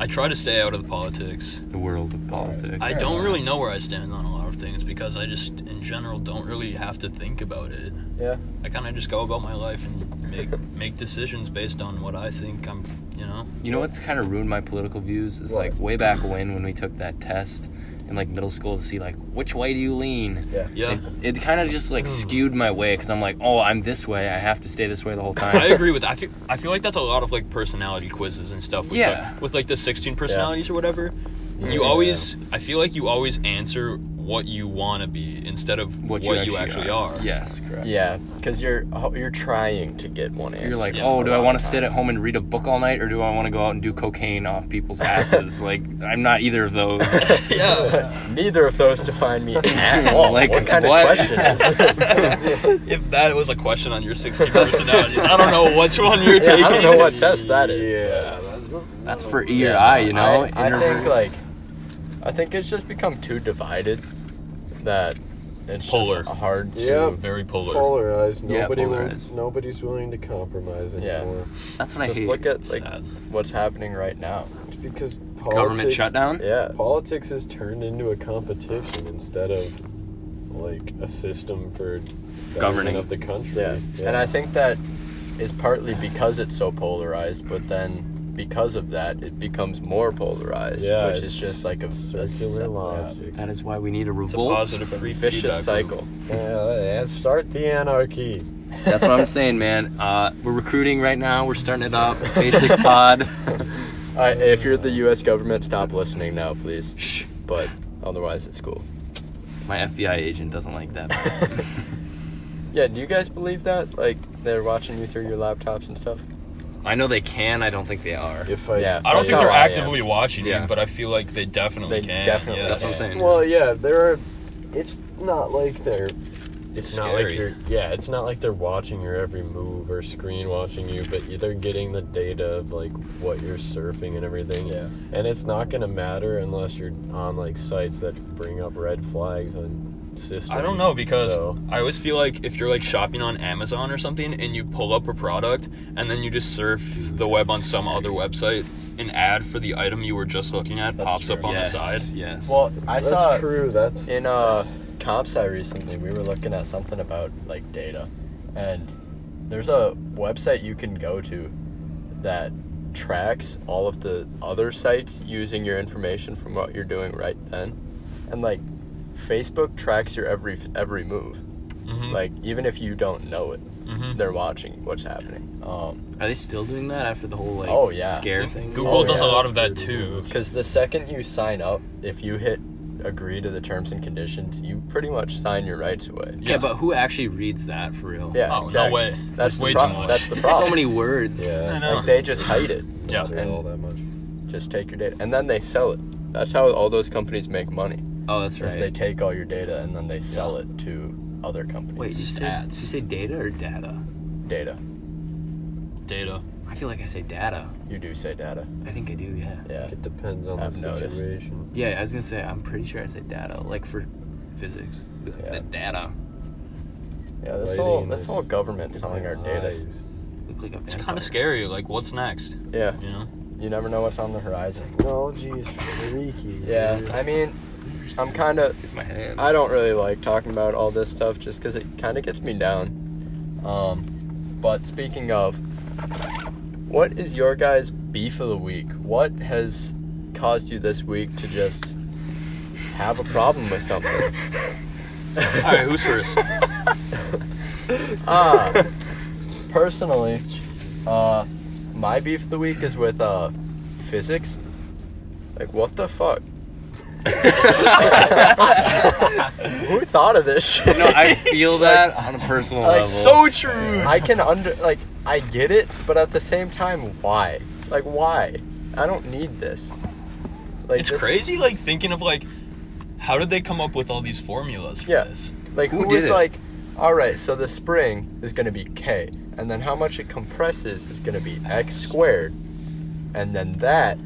Speaker 3: I try to stay out of the politics.
Speaker 1: The world of politics.
Speaker 3: I don't really know where I stand on a lot of things because I just, in general, don't really have to think about it.
Speaker 2: Yeah.
Speaker 3: I kind of just go about my life and make make decisions based on what I think I'm. You know,
Speaker 1: You know what's kind of ruined my political views is
Speaker 2: What?
Speaker 1: like way back when when we took that test in like middle school to see like which way do you lean.
Speaker 2: Yeah.
Speaker 3: yeah.
Speaker 1: It, it kind of just like skewed my way because I'm like, oh, I'm this way. I have to stay this way the whole time.
Speaker 3: I agree with. I feel I feel like that's a lot of like personality quizzes and stuff. We
Speaker 1: Yeah.
Speaker 3: took with like the sixteen personalities or whatever. You always, I feel like you always answer what you want to be instead of what, you, actually are.
Speaker 1: Yes, correct.
Speaker 2: Yeah, because you're oh, you're trying to get one answer.
Speaker 1: You're like,
Speaker 3: Yeah,
Speaker 1: oh,
Speaker 2: a
Speaker 1: do I
Speaker 2: lot
Speaker 1: want
Speaker 2: of
Speaker 1: to sit at
Speaker 2: times.
Speaker 1: home and read a book all night, or do I want to go out and do cocaine off people's asses? like, I'm not either of those.
Speaker 3: yeah.
Speaker 2: neither of those define me at all.
Speaker 1: Like,
Speaker 2: Oh, what kind
Speaker 1: what?
Speaker 2: of question is this?
Speaker 3: If that was a question on your 16 personalities, I don't know which one you're
Speaker 2: Yeah,
Speaker 3: taking.
Speaker 2: I don't know what test that is.
Speaker 4: Yeah.
Speaker 1: That's for E or I, you
Speaker 2: I,
Speaker 1: know.
Speaker 2: I think
Speaker 1: Introvert.
Speaker 2: like, I think it's just become too divided that it's
Speaker 3: Polar.
Speaker 2: just hard to.
Speaker 4: Yeah.
Speaker 3: Very polar.
Speaker 4: Polarized.
Speaker 1: Yeah,
Speaker 4: Nobody wants.
Speaker 1: polarized.
Speaker 4: Nobody's willing to compromise
Speaker 2: Yeah.
Speaker 4: anymore.
Speaker 1: that's what I
Speaker 2: Just
Speaker 1: hate.
Speaker 2: look at like
Speaker 3: Sad.
Speaker 2: what's happening right now.
Speaker 4: It's because politics,
Speaker 1: Government shutdown.
Speaker 2: Yeah.
Speaker 4: Politics has turned into a competition instead of like a system for betterment
Speaker 1: Governing.
Speaker 4: of the country.
Speaker 2: Yeah. And I think that is partly because it's so polarized, but then because of that, it becomes more polarized,
Speaker 4: Yeah,
Speaker 2: which
Speaker 4: it's
Speaker 2: is just like a
Speaker 4: circular
Speaker 2: a-
Speaker 4: logic.
Speaker 1: That is why we need a
Speaker 3: It's a
Speaker 1: revolt.
Speaker 3: positive
Speaker 2: a
Speaker 3: free
Speaker 2: vicious cycle.
Speaker 4: Yeah, start the anarchy.
Speaker 1: That's what I'm saying, man. Uh, we're recruiting right now. We're starting it up. Basic pod.
Speaker 2: All right, if you're the U.S. government, stop listening now, please. Shh. But otherwise, it's cool.
Speaker 1: My FBI agent doesn't like that.
Speaker 2: Yeah. Do you guys believe that? Like they're watching you through your laptops and stuff?
Speaker 1: I know they can. I don't think they are.
Speaker 4: If I
Speaker 2: Yeah.
Speaker 3: I don't
Speaker 2: That's
Speaker 3: think
Speaker 2: how
Speaker 3: they're
Speaker 2: I am.
Speaker 3: actively watching you,
Speaker 1: Yeah.
Speaker 3: but I feel like they definitely
Speaker 2: They
Speaker 3: can.
Speaker 2: definitely
Speaker 3: yeah.
Speaker 1: That's what I'm saying.
Speaker 4: Well, yeah, there are. It's not like they're. It's, not
Speaker 3: scary.
Speaker 4: like you're. Yeah, it's not like they're watching your every move or screen watching you, but they're getting the data of like what you're surfing and everything.
Speaker 2: Yeah.
Speaker 4: And it's not gonna matter unless you're on like sites that bring up red flags on systems.
Speaker 3: I don't know because
Speaker 4: So,
Speaker 3: I always feel like if you're like shopping on Amazon or something and you pull up a product and then you just surf the web on some other website, an ad for the item you were just looking at
Speaker 2: That's
Speaker 3: pops up
Speaker 2: true.
Speaker 3: on
Speaker 1: yes,
Speaker 3: the side.
Speaker 1: Yes.
Speaker 2: Well, I
Speaker 4: that's
Speaker 2: saw
Speaker 4: true. That's
Speaker 2: in uh comp sci recently we were looking at something about like data and there's a website you can go to that tracks all of the other sites using your information from what you're doing right then and like facebook tracks your every every move
Speaker 3: Mhm.
Speaker 2: like even if you don't know it
Speaker 3: Mhm.
Speaker 2: they're watching what's happening um
Speaker 1: are they still doing that after the whole like
Speaker 2: Oh, yeah.
Speaker 1: scare thing?
Speaker 3: Google
Speaker 2: Oh,
Speaker 3: does
Speaker 2: yeah.
Speaker 3: a lot of that too.
Speaker 2: because the second you sign up if you hit agree to the terms and conditions you pretty much sign your rights away
Speaker 1: Yeah, but who actually reads that for real?
Speaker 2: Yeah,
Speaker 3: Oh, no
Speaker 2: exactly.
Speaker 3: way. That's
Speaker 2: That's the
Speaker 3: way too
Speaker 2: problem.
Speaker 3: much.
Speaker 2: That's the
Speaker 1: It's
Speaker 2: problem.
Speaker 1: so many words.
Speaker 4: yeah.
Speaker 2: Like they just hide it.
Speaker 3: Yeah.
Speaker 4: not all that much.
Speaker 2: Just take your data, and then they sell it. That's how all those companies make money.
Speaker 1: Oh, that's right.
Speaker 2: Is they take all your data and then they sell it to other companies.
Speaker 1: Wait, you said,
Speaker 3: ads.
Speaker 1: did you say data or data?
Speaker 2: data.
Speaker 3: data.
Speaker 1: I feel like I say data.
Speaker 4: You do say data.
Speaker 1: I think I do, yeah.
Speaker 4: Yeah.
Speaker 6: It depends on
Speaker 4: I've
Speaker 6: the
Speaker 4: noticed.
Speaker 6: situation.
Speaker 1: Yeah, I was gonna say I'm pretty sure I say data, like for physics. Be like,
Speaker 4: Yeah.
Speaker 1: The data.
Speaker 4: Yeah. This
Speaker 6: Lighting
Speaker 4: whole this
Speaker 6: is-
Speaker 4: whole government selling our data.
Speaker 6: Eyes.
Speaker 1: Look like a
Speaker 3: It's kind of scary. Like, what's next?
Speaker 4: Yeah.
Speaker 3: You know?
Speaker 4: You never know what's on the horizon.
Speaker 6: Technology is freaky.
Speaker 4: Yeah.
Speaker 6: dude.
Speaker 2: I mean, I'm kind of
Speaker 1: my hand.
Speaker 2: I don't really like talking about all this stuff just because it kind of gets me down. Um, but speaking of, what is your guys' beef of the week? What has caused you this week to just have a problem with something?
Speaker 3: All right, who's first?
Speaker 2: Ah, personally, uh, my beef of the week is with uh, physics. Like, what the fuck? Who thought of this shit?
Speaker 1: You know, I feel that on a personal
Speaker 2: Like,
Speaker 1: level.
Speaker 2: true. I can under like I get it, but at the same time, why? Like why? I don't need this. Like
Speaker 3: It's
Speaker 2: this-
Speaker 3: crazy, like thinking of like, how did they come up with all these formulas for
Speaker 2: Yeah.
Speaker 3: this?
Speaker 2: Like
Speaker 1: Who
Speaker 2: who
Speaker 1: did
Speaker 2: was
Speaker 1: it?
Speaker 2: like, all right, so the spring is gonna be k, and then how much it compresses is gonna be x squared, and then that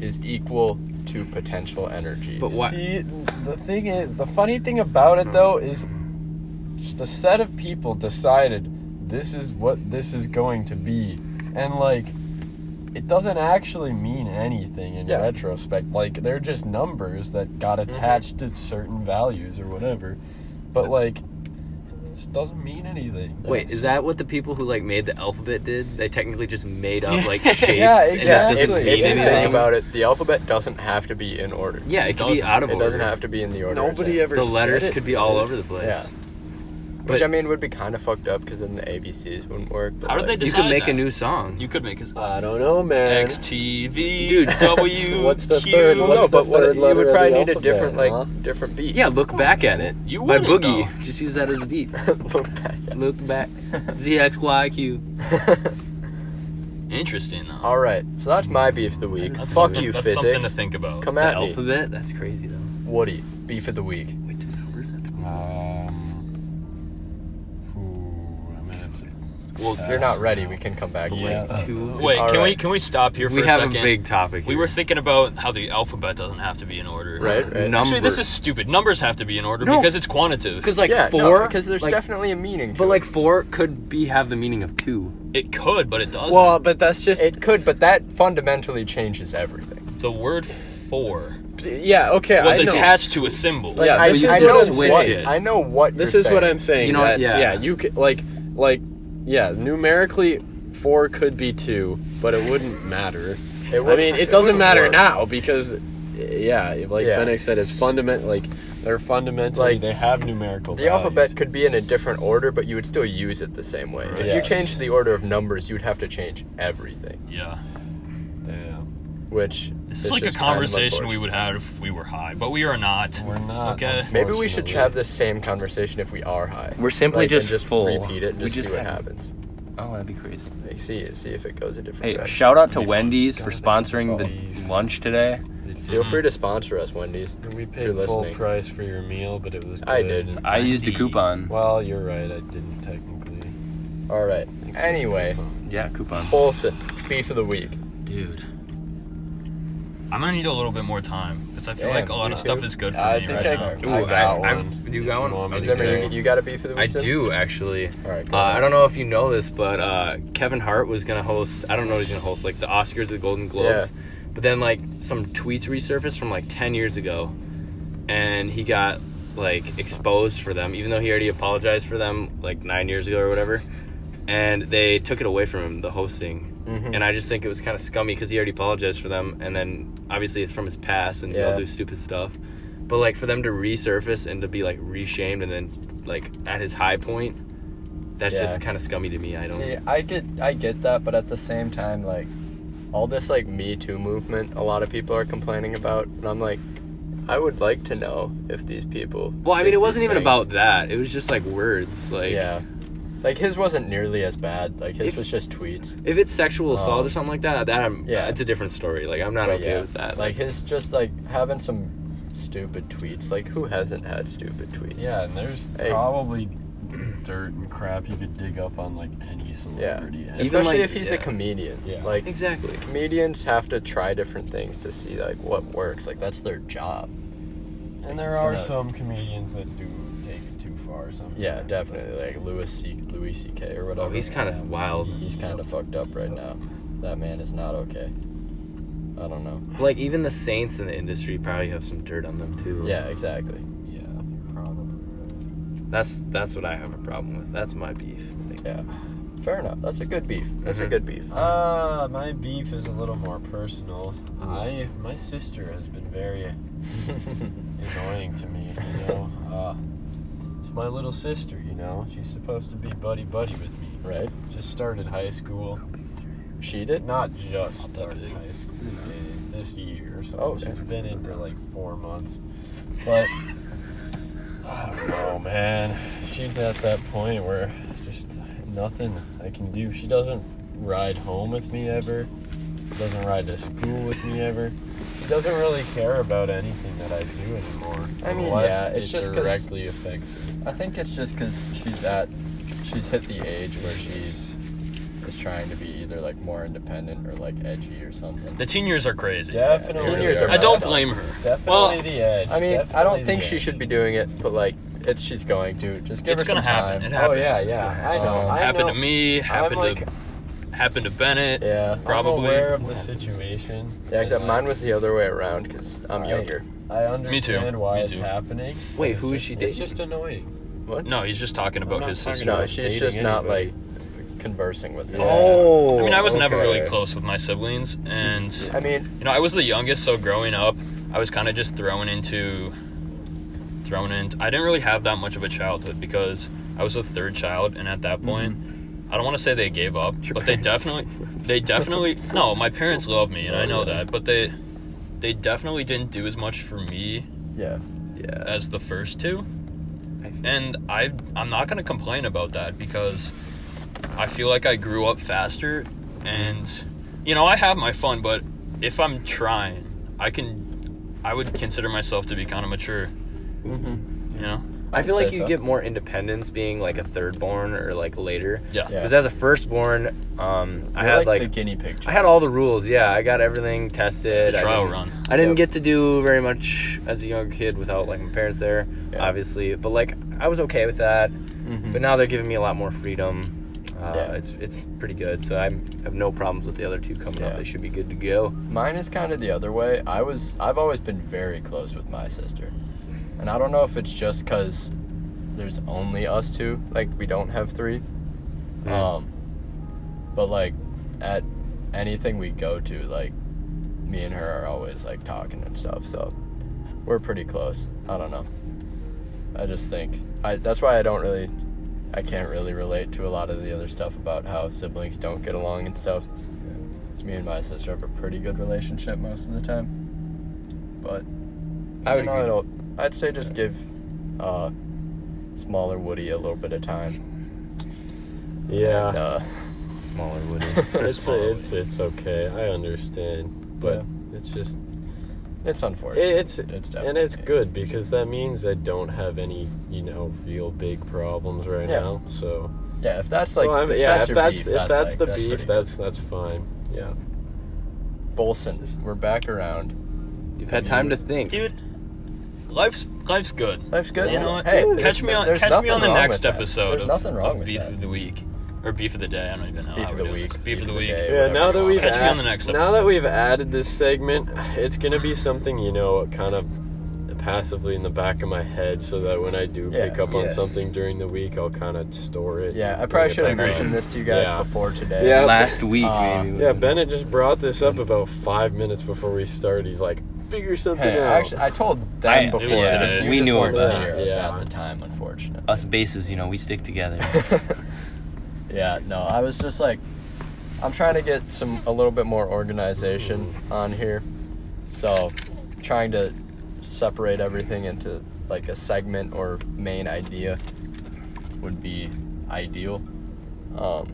Speaker 2: is equal to potential energy.
Speaker 1: But why?
Speaker 4: See, the thing is, the funny thing about it though is just a set of people decided this is what this is going to be. And like it doesn't actually mean anything in
Speaker 2: Yeah.
Speaker 4: retrospect. Like they're just numbers that got
Speaker 6: Mm-hmm.
Speaker 4: attached to certain values or whatever. But like it just doesn't mean anything.
Speaker 1: Wait,
Speaker 4: It's
Speaker 1: is
Speaker 4: just-
Speaker 1: that what the people who like made the alphabet did? They technically just made up like
Speaker 3: Yeah,
Speaker 4: exactly.
Speaker 1: shapes and it
Speaker 2: If,
Speaker 1: doesn't
Speaker 2: if
Speaker 4: Absolutely.
Speaker 1: mean
Speaker 2: you
Speaker 1: anything.
Speaker 2: think about it, the alphabet doesn't have to be in order.
Speaker 1: yeah, it,
Speaker 3: It
Speaker 1: could be
Speaker 3: doesn't.
Speaker 1: out of
Speaker 2: It
Speaker 1: order.
Speaker 2: doesn't have to be in the order. it's in.
Speaker 6: Nobody ever
Speaker 1: the
Speaker 6: said
Speaker 1: letters
Speaker 6: it,
Speaker 1: could be all
Speaker 6: dude.
Speaker 1: over the place.
Speaker 2: Yeah. Which I mean would be kind of fucked up because then the ABCs wouldn't work. But
Speaker 3: How did
Speaker 2: like,
Speaker 3: they
Speaker 1: You
Speaker 3: decide
Speaker 1: could make
Speaker 3: that?
Speaker 1: a new song.
Speaker 3: You could make
Speaker 4: Uh,
Speaker 3: a
Speaker 6: I don't know, man.
Speaker 3: XTV.
Speaker 1: Dude.
Speaker 3: W.
Speaker 6: What's the
Speaker 3: Q.
Speaker 6: third
Speaker 2: Well,
Speaker 6: What's
Speaker 2: no,
Speaker 6: the
Speaker 2: but what,
Speaker 6: third
Speaker 2: you
Speaker 6: letter of
Speaker 2: would
Speaker 6: the
Speaker 2: probably need a
Speaker 6: alphabet,
Speaker 2: different, like,
Speaker 6: huh?
Speaker 2: different beat.
Speaker 1: yeah, look back at it.
Speaker 3: You
Speaker 1: By
Speaker 3: wouldn't,
Speaker 1: Boogie. Just use that as a beat.
Speaker 2: Look back at it.
Speaker 1: look back. ZXYQ.
Speaker 3: Interesting though.
Speaker 2: All right, so that's my beef of the week.
Speaker 3: That's
Speaker 2: Fuck
Speaker 3: something-
Speaker 2: you,
Speaker 3: that's Something to
Speaker 2: physics.
Speaker 3: think about.
Speaker 2: Come
Speaker 1: The
Speaker 2: at me,
Speaker 1: alphabet? That's crazy though.
Speaker 2: Woody. Beef of the week.
Speaker 1: Wait, two numbers?
Speaker 4: Um, ooh, I'm gonna have to
Speaker 3: Well,
Speaker 2: You're not ready. We can come back. to
Speaker 4: Yeah.
Speaker 2: it.
Speaker 1: Like two.
Speaker 3: Wait,
Speaker 2: All
Speaker 3: can we
Speaker 2: right.
Speaker 3: can we stop here for
Speaker 1: we
Speaker 3: a
Speaker 1: have a
Speaker 3: second?
Speaker 1: big topic.
Speaker 3: we
Speaker 1: here.
Speaker 3: were thinking about how the alphabet doesn't have to be in order.
Speaker 2: Right. right.
Speaker 1: No.
Speaker 3: Actually, this
Speaker 1: Number.
Speaker 3: is stupid. Numbers have to be in order
Speaker 1: No.
Speaker 3: because it's quantitative.
Speaker 1: because like
Speaker 2: yeah,
Speaker 1: four.
Speaker 2: because there's
Speaker 1: like,
Speaker 2: definitely a meaning. To
Speaker 1: But
Speaker 2: it.
Speaker 1: like four could be have the meaning of two.
Speaker 3: It could, but it doesn't.
Speaker 6: Well, but that's just
Speaker 2: it could, but that fundamentally changes everything.
Speaker 3: the word for
Speaker 6: yeah. Okay,
Speaker 3: was
Speaker 6: I know.
Speaker 3: attached to a symbol.
Speaker 2: Like,
Speaker 6: Yeah,
Speaker 2: I,
Speaker 6: this
Speaker 2: I
Speaker 6: is
Speaker 2: know
Speaker 6: what I'm
Speaker 2: what
Speaker 1: saying.
Speaker 2: I know what.
Speaker 6: This
Speaker 2: you're
Speaker 6: is what
Speaker 2: saying.
Speaker 6: I'm saying.
Speaker 1: You know what?
Speaker 6: that-
Speaker 1: Yeah.
Speaker 6: yeah. You could like like yeah. Numerically, four could be two, but it wouldn't matter.
Speaker 2: It
Speaker 6: I
Speaker 2: wouldn't-
Speaker 6: mean, it doesn't
Speaker 2: wouldn't
Speaker 6: matter
Speaker 2: work.
Speaker 6: now because, yeah, like
Speaker 2: Yeah.
Speaker 6: Benedict said, it's fundamental. Like they're fundamentally
Speaker 2: Like,
Speaker 6: they have numerical.
Speaker 2: The
Speaker 6: values.
Speaker 2: alphabet could be in a different order, but you would still use it the same way. If you
Speaker 6: Yes.
Speaker 2: change the order of numbers, you'd have to change everything.
Speaker 3: yeah,
Speaker 4: Damn.
Speaker 2: Which
Speaker 3: this
Speaker 2: is
Speaker 3: is like a
Speaker 2: just kind of
Speaker 3: conversation we
Speaker 2: unfortunate.
Speaker 3: would have if we were high, but we are not.
Speaker 4: We're not.
Speaker 3: Okay.
Speaker 2: Maybe we should
Speaker 4: unfortunately.
Speaker 2: have the same conversation if we are high.
Speaker 1: We're simply
Speaker 2: Like, and
Speaker 1: just full.
Speaker 2: Repeat it and
Speaker 1: We
Speaker 2: just,
Speaker 1: just
Speaker 2: see what
Speaker 1: have-
Speaker 2: happens.
Speaker 1: Oh, that'd be crazy.
Speaker 2: Like, see see if it goes a different
Speaker 1: Hey,
Speaker 2: direction.
Speaker 1: shout out to
Speaker 3: That'd be fun.
Speaker 1: Wendy's for
Speaker 4: Gotta think about
Speaker 1: sponsoring the
Speaker 4: beef.
Speaker 1: lunch today.
Speaker 2: Feel free to sponsor us, Wendy's.
Speaker 4: We
Speaker 2: if
Speaker 4: paid
Speaker 2: you're
Speaker 4: full
Speaker 2: listening.
Speaker 4: price for your meal, but it was. Good.
Speaker 2: I didn't.
Speaker 1: I used a
Speaker 3: Wendy's.
Speaker 1: coupon.
Speaker 4: Well, you're right. I didn't technically.
Speaker 2: All right. Anyway,
Speaker 1: Yeah, coupon.
Speaker 2: Olson, beef of the week.
Speaker 1: Dude.
Speaker 3: I'm gonna need a little bit more time because I feel
Speaker 4: Yeah,
Speaker 3: like a lot
Speaker 4: me
Speaker 3: of
Speaker 4: too.
Speaker 3: stuff is good for
Speaker 4: I
Speaker 3: me
Speaker 4: think
Speaker 3: right
Speaker 4: I-
Speaker 3: now.
Speaker 4: Ooh, I got
Speaker 1: I-
Speaker 4: one,
Speaker 1: You
Speaker 4: if
Speaker 1: got
Speaker 4: you
Speaker 1: one?
Speaker 4: want me
Speaker 1: I was
Speaker 4: to
Speaker 1: gonna
Speaker 2: Zimmer,
Speaker 1: say-
Speaker 2: you, you got a beef of the week?
Speaker 1: I
Speaker 2: Zim?
Speaker 1: do actually.
Speaker 2: All right. Go
Speaker 1: Uh, I
Speaker 2: on.
Speaker 1: don't know if you know this, but uh, Kevin Hart was gonna host. I don't know what he's gonna host like the Oscars, the Golden Globes. But then like some tweets resurfaced from like ten years ago, and he got like exposed for them, even though he already apologized for them like nine years ago or whatever. And they took it away from him, the hosting.
Speaker 2: Mhm.
Speaker 1: And I just think it was kind of scummy because he already apologized for them, and then obviously it's from his past, and
Speaker 2: Yeah.
Speaker 1: he'll do stupid stuff. But like for them to resurface and to be like reshamed and then like at his high point, that's
Speaker 2: Yeah.
Speaker 1: just kind of scummy to me. I don't.
Speaker 2: See, I get I get that, but at the same time, like all this like Me Too movement, a lot of people are complaining about, and I'm like, I would like to know if these people.
Speaker 1: well, I mean,
Speaker 2: did
Speaker 1: it wasn't
Speaker 2: these
Speaker 1: even
Speaker 2: things.
Speaker 1: about that. It was just like words. Like,
Speaker 2: yeah, like his wasn't nearly as bad. Like his
Speaker 1: If-
Speaker 2: was just tweets.
Speaker 1: if it's sexual assault
Speaker 2: Um,
Speaker 1: or something like that, that I'm.
Speaker 2: yeah.
Speaker 1: Yeah, it's a different story. Like, I'm not
Speaker 2: But
Speaker 1: okay
Speaker 2: yeah,
Speaker 1: with that.
Speaker 2: like
Speaker 1: That's-
Speaker 2: his just like having some stupid tweets. Like who hasn't had stupid tweets?
Speaker 4: Yeah, and there's
Speaker 2: Hey.
Speaker 4: probably dirt and crap you could dig up on like any celebrity. Yeah.
Speaker 1: Even,
Speaker 2: Especially
Speaker 1: like-
Speaker 2: if he's a
Speaker 3: yeah.
Speaker 2: comedian.
Speaker 4: Yeah.
Speaker 2: Like
Speaker 1: Exactly.
Speaker 2: comedians have to try different things to see like what works. Like that's their job.
Speaker 4: And there are some comedians that do take it too far sometimes.
Speaker 2: Yeah, definitely. Like Louis C. Louis C. K. or whatever.
Speaker 1: Oh, he's kind of wild.
Speaker 2: He's kind of fucked up right now. That man is not okay. I don't know.
Speaker 1: Like even the saints in the industry probably have some dirt on them too.
Speaker 2: Yeah, exactly.
Speaker 4: Yeah, you're probably right.
Speaker 1: That's that's what I have a problem with. That's my beef. Like,
Speaker 2: Yeah. Fair enough. That's a good beef. That's a
Speaker 3: Mm-hmm.
Speaker 1: Mhm.
Speaker 2: good beef.
Speaker 4: Uh, my beef is a little more personal. I my sister has been very annoying to me, you know. Uh, it's my little sister, you know. She's supposed to be buddy buddy with me.
Speaker 2: Right?
Speaker 4: Just started high school.
Speaker 2: She did?
Speaker 4: Not just started high school eh, this year, so
Speaker 2: Oh, okay.
Speaker 4: she's been in for like four months. But I don't know, man. She's at that point where just nothing I can do. She doesn't ride home with me ever. She doesn't ride to school with me ever. She doesn't really care about anything that I do anymore.
Speaker 2: I mean,
Speaker 4: unless
Speaker 2: yeah, it's
Speaker 4: it
Speaker 2: just 'cause-
Speaker 4: directly affects her.
Speaker 2: I think it's just because she's at, she's hit the age where she's is trying to be either like more independent or like edgy or something.
Speaker 3: The teen years are crazy.
Speaker 4: Definitely.
Speaker 2: Teen years are
Speaker 3: I don't
Speaker 2: messed up.
Speaker 3: blame her.
Speaker 4: Definitely
Speaker 3: Well,
Speaker 4: the edge.
Speaker 2: I mean, I
Speaker 4: definitely
Speaker 2: don't
Speaker 4: the
Speaker 2: think she
Speaker 4: edge.
Speaker 2: should be doing it, but like, it's she's going to. Just give
Speaker 3: It's
Speaker 2: her some
Speaker 3: gonna happen.
Speaker 2: time.
Speaker 3: It happens.
Speaker 4: Oh yeah,
Speaker 3: It's gonna
Speaker 4: yeah. I
Speaker 3: happen.
Speaker 4: know.
Speaker 2: Um,
Speaker 4: I
Speaker 3: happened
Speaker 4: know.
Speaker 3: to me. Happened
Speaker 4: I'm like,
Speaker 3: to happened to Bennett.
Speaker 2: Yeah.
Speaker 4: I'm
Speaker 3: Probably.
Speaker 4: aware of the situation.
Speaker 2: Yeah, except
Speaker 4: and,
Speaker 2: mine was the other way around because I'm
Speaker 4: I-
Speaker 2: younger.
Speaker 4: I understand
Speaker 3: Me too.
Speaker 4: why
Speaker 3: Me
Speaker 4: it's
Speaker 3: too.
Speaker 4: happening.
Speaker 1: Wait,
Speaker 4: It's
Speaker 1: who is
Speaker 4: just-
Speaker 1: she
Speaker 4: It's
Speaker 1: dating?
Speaker 4: just annoying.
Speaker 3: No, he's just talking about
Speaker 4: not
Speaker 3: his
Speaker 4: talking
Speaker 3: sister.
Speaker 2: No,
Speaker 4: about
Speaker 2: she's
Speaker 4: dating
Speaker 2: just not
Speaker 4: anybody.
Speaker 2: like conversing with him.
Speaker 1: Oh.
Speaker 3: I mean, I was never
Speaker 2: okay.
Speaker 3: really close with my siblings, and
Speaker 2: I mean,
Speaker 3: you know, I was the youngest, so growing up, I was kind of just thrown into, thrown in. I didn't really have that much of a childhood because I was the third child, and at that point, I don't want to say they gave up, but they definitely, they definitely. no, my parents love me, and I know that, but they, they definitely didn't do as much for me
Speaker 2: yeah.
Speaker 1: Yeah.
Speaker 3: as the first two.
Speaker 1: I
Speaker 3: And I I'm not gonna complain about that because I feel like I grew up faster and you know, I have my fun, but if I'm trying, I can I would consider myself to be kind of mature. You know?
Speaker 1: I feel
Speaker 2: I'd
Speaker 1: like
Speaker 2: say
Speaker 1: you
Speaker 2: so.
Speaker 1: get more independence being like a third born or like later.
Speaker 3: Yeah.
Speaker 2: Yeah.
Speaker 1: Because as a firstborn, um, I
Speaker 2: You're
Speaker 1: had like,
Speaker 2: the guinea pig.
Speaker 1: I had all the rules. Yeah, I got everything
Speaker 3: It's
Speaker 1: tested.
Speaker 3: the trial
Speaker 1: I didn't-
Speaker 3: run.
Speaker 1: I didn't
Speaker 2: Yep.
Speaker 1: get to do very much as a young kid without like my parents there,
Speaker 2: Yeah.
Speaker 1: obviously. But like I was okay with that.
Speaker 2: Mhm.
Speaker 1: But now they're giving me a lot more freedom. Uh,
Speaker 2: Yeah.
Speaker 1: It's it's pretty good. So I have no problems with the other two coming
Speaker 2: Yeah.
Speaker 1: up. They should be good to go.
Speaker 2: Mine is kind of the other way. I was I've always been very close with my sister. And I don't know if it's just cuz there's only us two, like we don't have 3.
Speaker 1: Mm.
Speaker 2: Um but like at anything we go to, like me and her are always like talking and stuff. So we're pretty close. I don't know. I just think I that's why I don't really I can't really relate to a lot of the other stuff about how siblings don't get along and stuff. It's me and my sister have a pretty good relationship most of the time. But
Speaker 1: I would
Speaker 2: you know,
Speaker 1: agree.
Speaker 2: it'll- I'd say just give uh, smaller Woody a little bit of time.
Speaker 4: Yeah.
Speaker 2: And, uh,
Speaker 1: Smaller Woody.
Speaker 4: it's, it's it's okay. I understand, but it's just
Speaker 2: it's unfortunate.
Speaker 4: it's
Speaker 2: It's
Speaker 4: it's
Speaker 2: definitely-
Speaker 4: and it's good because that means I don't have any you know real big problems right
Speaker 2: Yeah.
Speaker 4: now. So
Speaker 2: yeah, if that's like
Speaker 4: Well, I mean,
Speaker 2: if
Speaker 4: yeah,
Speaker 2: that's
Speaker 4: if
Speaker 2: your
Speaker 4: that's
Speaker 2: beef,
Speaker 4: if that's,
Speaker 2: like,
Speaker 4: the
Speaker 2: pretty
Speaker 4: beef,
Speaker 2: good.
Speaker 4: that's that's fine. Yeah.
Speaker 2: Bolson. We're back around.
Speaker 1: You've had time to think.
Speaker 3: Dude, life's life's good.
Speaker 2: Life's good.
Speaker 3: You know what?
Speaker 2: Hey,
Speaker 3: catch
Speaker 2: there's-
Speaker 3: me on
Speaker 2: there's
Speaker 3: catch me
Speaker 2: nothing
Speaker 3: on the
Speaker 2: wrong
Speaker 3: next
Speaker 2: with that.
Speaker 3: episode
Speaker 2: There's
Speaker 3: of,
Speaker 2: nothing wrong
Speaker 3: of
Speaker 2: with
Speaker 3: beef
Speaker 2: that.
Speaker 3: of the week or beef of the day. I don't even know.
Speaker 2: Beef
Speaker 3: how
Speaker 2: of
Speaker 3: we're
Speaker 2: the
Speaker 3: doing
Speaker 2: week,
Speaker 3: this. Beef of the week.
Speaker 2: day,
Speaker 4: Yeah,
Speaker 2: whatever
Speaker 4: now
Speaker 2: you
Speaker 4: that
Speaker 2: want.
Speaker 4: we've
Speaker 3: Catch me
Speaker 4: add-
Speaker 3: on the next
Speaker 4: Now
Speaker 3: episode.
Speaker 4: that we've added this segment, it's gonna be something you know, kind of passively in the back of my head, so that when I do
Speaker 2: Yeah,
Speaker 4: pick up on
Speaker 2: yes.
Speaker 4: something during the week, I'll kind of store it.
Speaker 2: Yeah, I
Speaker 4: and
Speaker 2: probably
Speaker 4: bring it
Speaker 2: should have
Speaker 4: back
Speaker 2: mentioned
Speaker 4: around.
Speaker 2: this to you guys
Speaker 4: Yeah.
Speaker 2: before today.
Speaker 4: Yeah.
Speaker 1: Last week,
Speaker 2: Uh,
Speaker 1: maybe.
Speaker 4: Yeah, Bennett just brought this up about five minutes before we started. He's like, "Figure something
Speaker 2: Hey,
Speaker 4: out."
Speaker 2: actually, I told them
Speaker 1: I- it
Speaker 2: before.
Speaker 3: was today.
Speaker 2: You
Speaker 1: We
Speaker 2: just
Speaker 1: knew
Speaker 2: weren't
Speaker 4: about
Speaker 2: here
Speaker 4: it. Yeah.
Speaker 2: at the time, unfortunately.
Speaker 1: Us bases, you know, we stick together.
Speaker 2: Yeah, no, I was just like, I'm trying to get some a little bit more organization on here, so trying to separate everything into like a segment or main idea would be ideal. Um,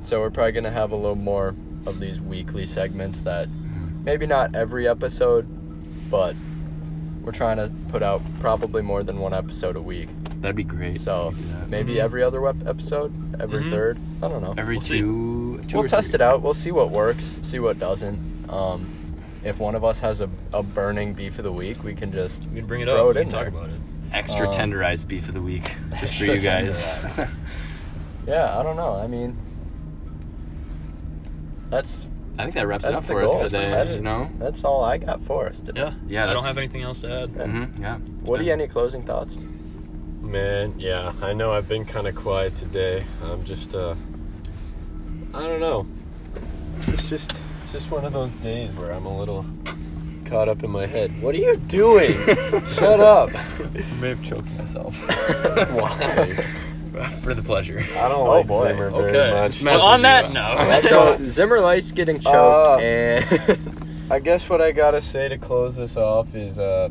Speaker 2: so we're probably gonna have a little more of these weekly segments that maybe not every episode, but we're trying to put out probably more than one episode a week.
Speaker 1: That'd be great.
Speaker 2: So maybe
Speaker 3: Mhm.
Speaker 2: every other web episode, every
Speaker 4: Mm-hmm.
Speaker 3: Mhm.
Speaker 2: third. I don't know.
Speaker 1: Every
Speaker 3: We'll see.
Speaker 1: two, two
Speaker 2: we'll
Speaker 1: or
Speaker 2: test
Speaker 1: three.
Speaker 2: Mm-hmm. it out. We'll see what works, see what doesn't. Um, if one of us has a, a burning beef of the week, we can just
Speaker 3: We can bring it
Speaker 2: Throw
Speaker 3: up.
Speaker 2: it
Speaker 3: we can
Speaker 2: in
Speaker 3: talk
Speaker 2: there.
Speaker 3: about it.
Speaker 1: Extra
Speaker 2: Um,
Speaker 1: tenderized beef of the week, just for
Speaker 2: extra
Speaker 1: you guys.
Speaker 2: yeah. I don't know. I mean, that's
Speaker 1: I think that wraps it
Speaker 2: That's
Speaker 1: up
Speaker 2: the
Speaker 1: for
Speaker 2: goal.
Speaker 1: us today.
Speaker 2: That's-
Speaker 1: You know.
Speaker 2: that's all I got for us. today.
Speaker 3: Yeah.
Speaker 1: Yeah,
Speaker 3: I don't
Speaker 1: that's-
Speaker 3: have anything else to add.
Speaker 1: Mm-hmm, yeah.
Speaker 2: Woody, any closing thoughts?
Speaker 4: Man, yeah, I know I've been kind of quiet today. I'm just, uh, I don't know. It's just, it's just one of those days where I'm a little caught up in my head. What are you doing? Shut up!
Speaker 1: I may have choked myself
Speaker 2: Why?
Speaker 1: for the pleasure.
Speaker 4: I don't
Speaker 2: Oh,
Speaker 4: like
Speaker 2: boy.
Speaker 4: Zimmer very
Speaker 3: Okay.
Speaker 4: much.
Speaker 1: Well,
Speaker 3: Well, on that
Speaker 1: you.
Speaker 3: note,
Speaker 2: so Zimmer likes getting choked,
Speaker 4: Uh,
Speaker 2: and
Speaker 4: I guess what I gotta say to close this off is, uh,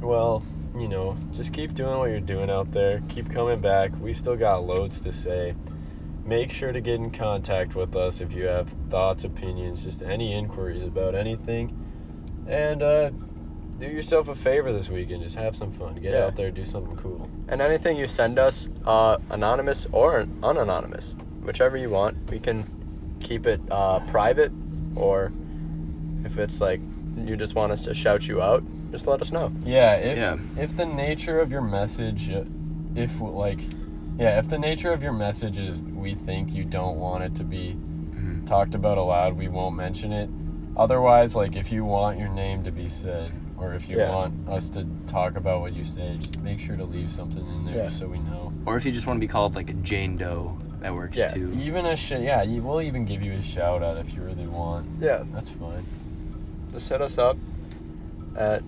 Speaker 4: well, you know, just keep doing what you're doing out there. Keep coming back. We still got loads to say. Make sure to get in contact with us if you have thoughts, opinions, just any inquiries about anything. And uh, do yourself a favor this weekend. Just have some fun. Get
Speaker 2: Yeah.
Speaker 4: out there, do something cool.
Speaker 2: and anything you send us, uh, anonymous or unanonymous, whichever you want, we can keep it uh, private, or if it's like you just want us to shout you out, just let us know.
Speaker 4: Yeah, if
Speaker 1: Yeah.
Speaker 4: if the nature of your message, uh, if like, yeah, if the nature of your message is we think you don't want it to be
Speaker 2: Mm-hmm.
Speaker 4: talked about aloud, we won't mention it. Otherwise, like if you want your name to be said, or if you
Speaker 2: Yeah.
Speaker 4: want us to talk about what you say, just make sure to leave something in there
Speaker 2: Yeah.
Speaker 4: so we know.
Speaker 1: Or if you just want to be called like a Jane Doe, that works
Speaker 2: Yeah.
Speaker 1: too.
Speaker 4: Even a sh- yeah, you, we'll even give you a shout out if you really want.
Speaker 2: Yeah,
Speaker 4: That's fine.
Speaker 2: just hit us up at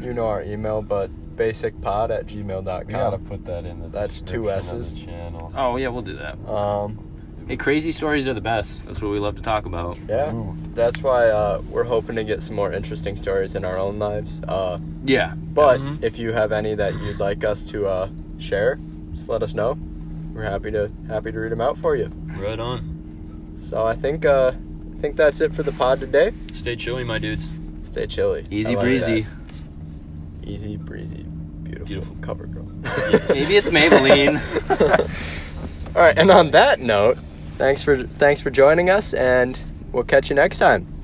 Speaker 2: you know our email, but basicpod at gmailcom.
Speaker 4: We gotta put that in the
Speaker 2: um, That's two
Speaker 4: description of the
Speaker 2: S's.
Speaker 4: channel.
Speaker 1: Oh yeah, we'll do that.
Speaker 2: Um,
Speaker 1: Hey, crazy stories are the best. That's what we love to talk about.
Speaker 2: yeah,
Speaker 4: Ooh.
Speaker 2: that's why uh, we're hoping to get some more interesting stories in our own lives. Uh,
Speaker 1: Yeah.
Speaker 2: But
Speaker 4: Mm-hmm.
Speaker 3: Mhm.
Speaker 2: if you have any that you'd like us to uh, share, just let us know. We're happy to happy to read them out for you.
Speaker 3: right on.
Speaker 2: So I think uh, I think that's it for the pod today.
Speaker 3: Stay chilly, my dudes.
Speaker 2: Stay chilly. I
Speaker 1: Easy
Speaker 2: like
Speaker 1: breezy.
Speaker 2: that. Easy breezy. Beautiful.
Speaker 3: Beautiful.
Speaker 2: cover girl.
Speaker 1: Maybe it's Maybelline.
Speaker 2: All right, and on that note, thanks for thanks for joining us, and we'll catch you next time.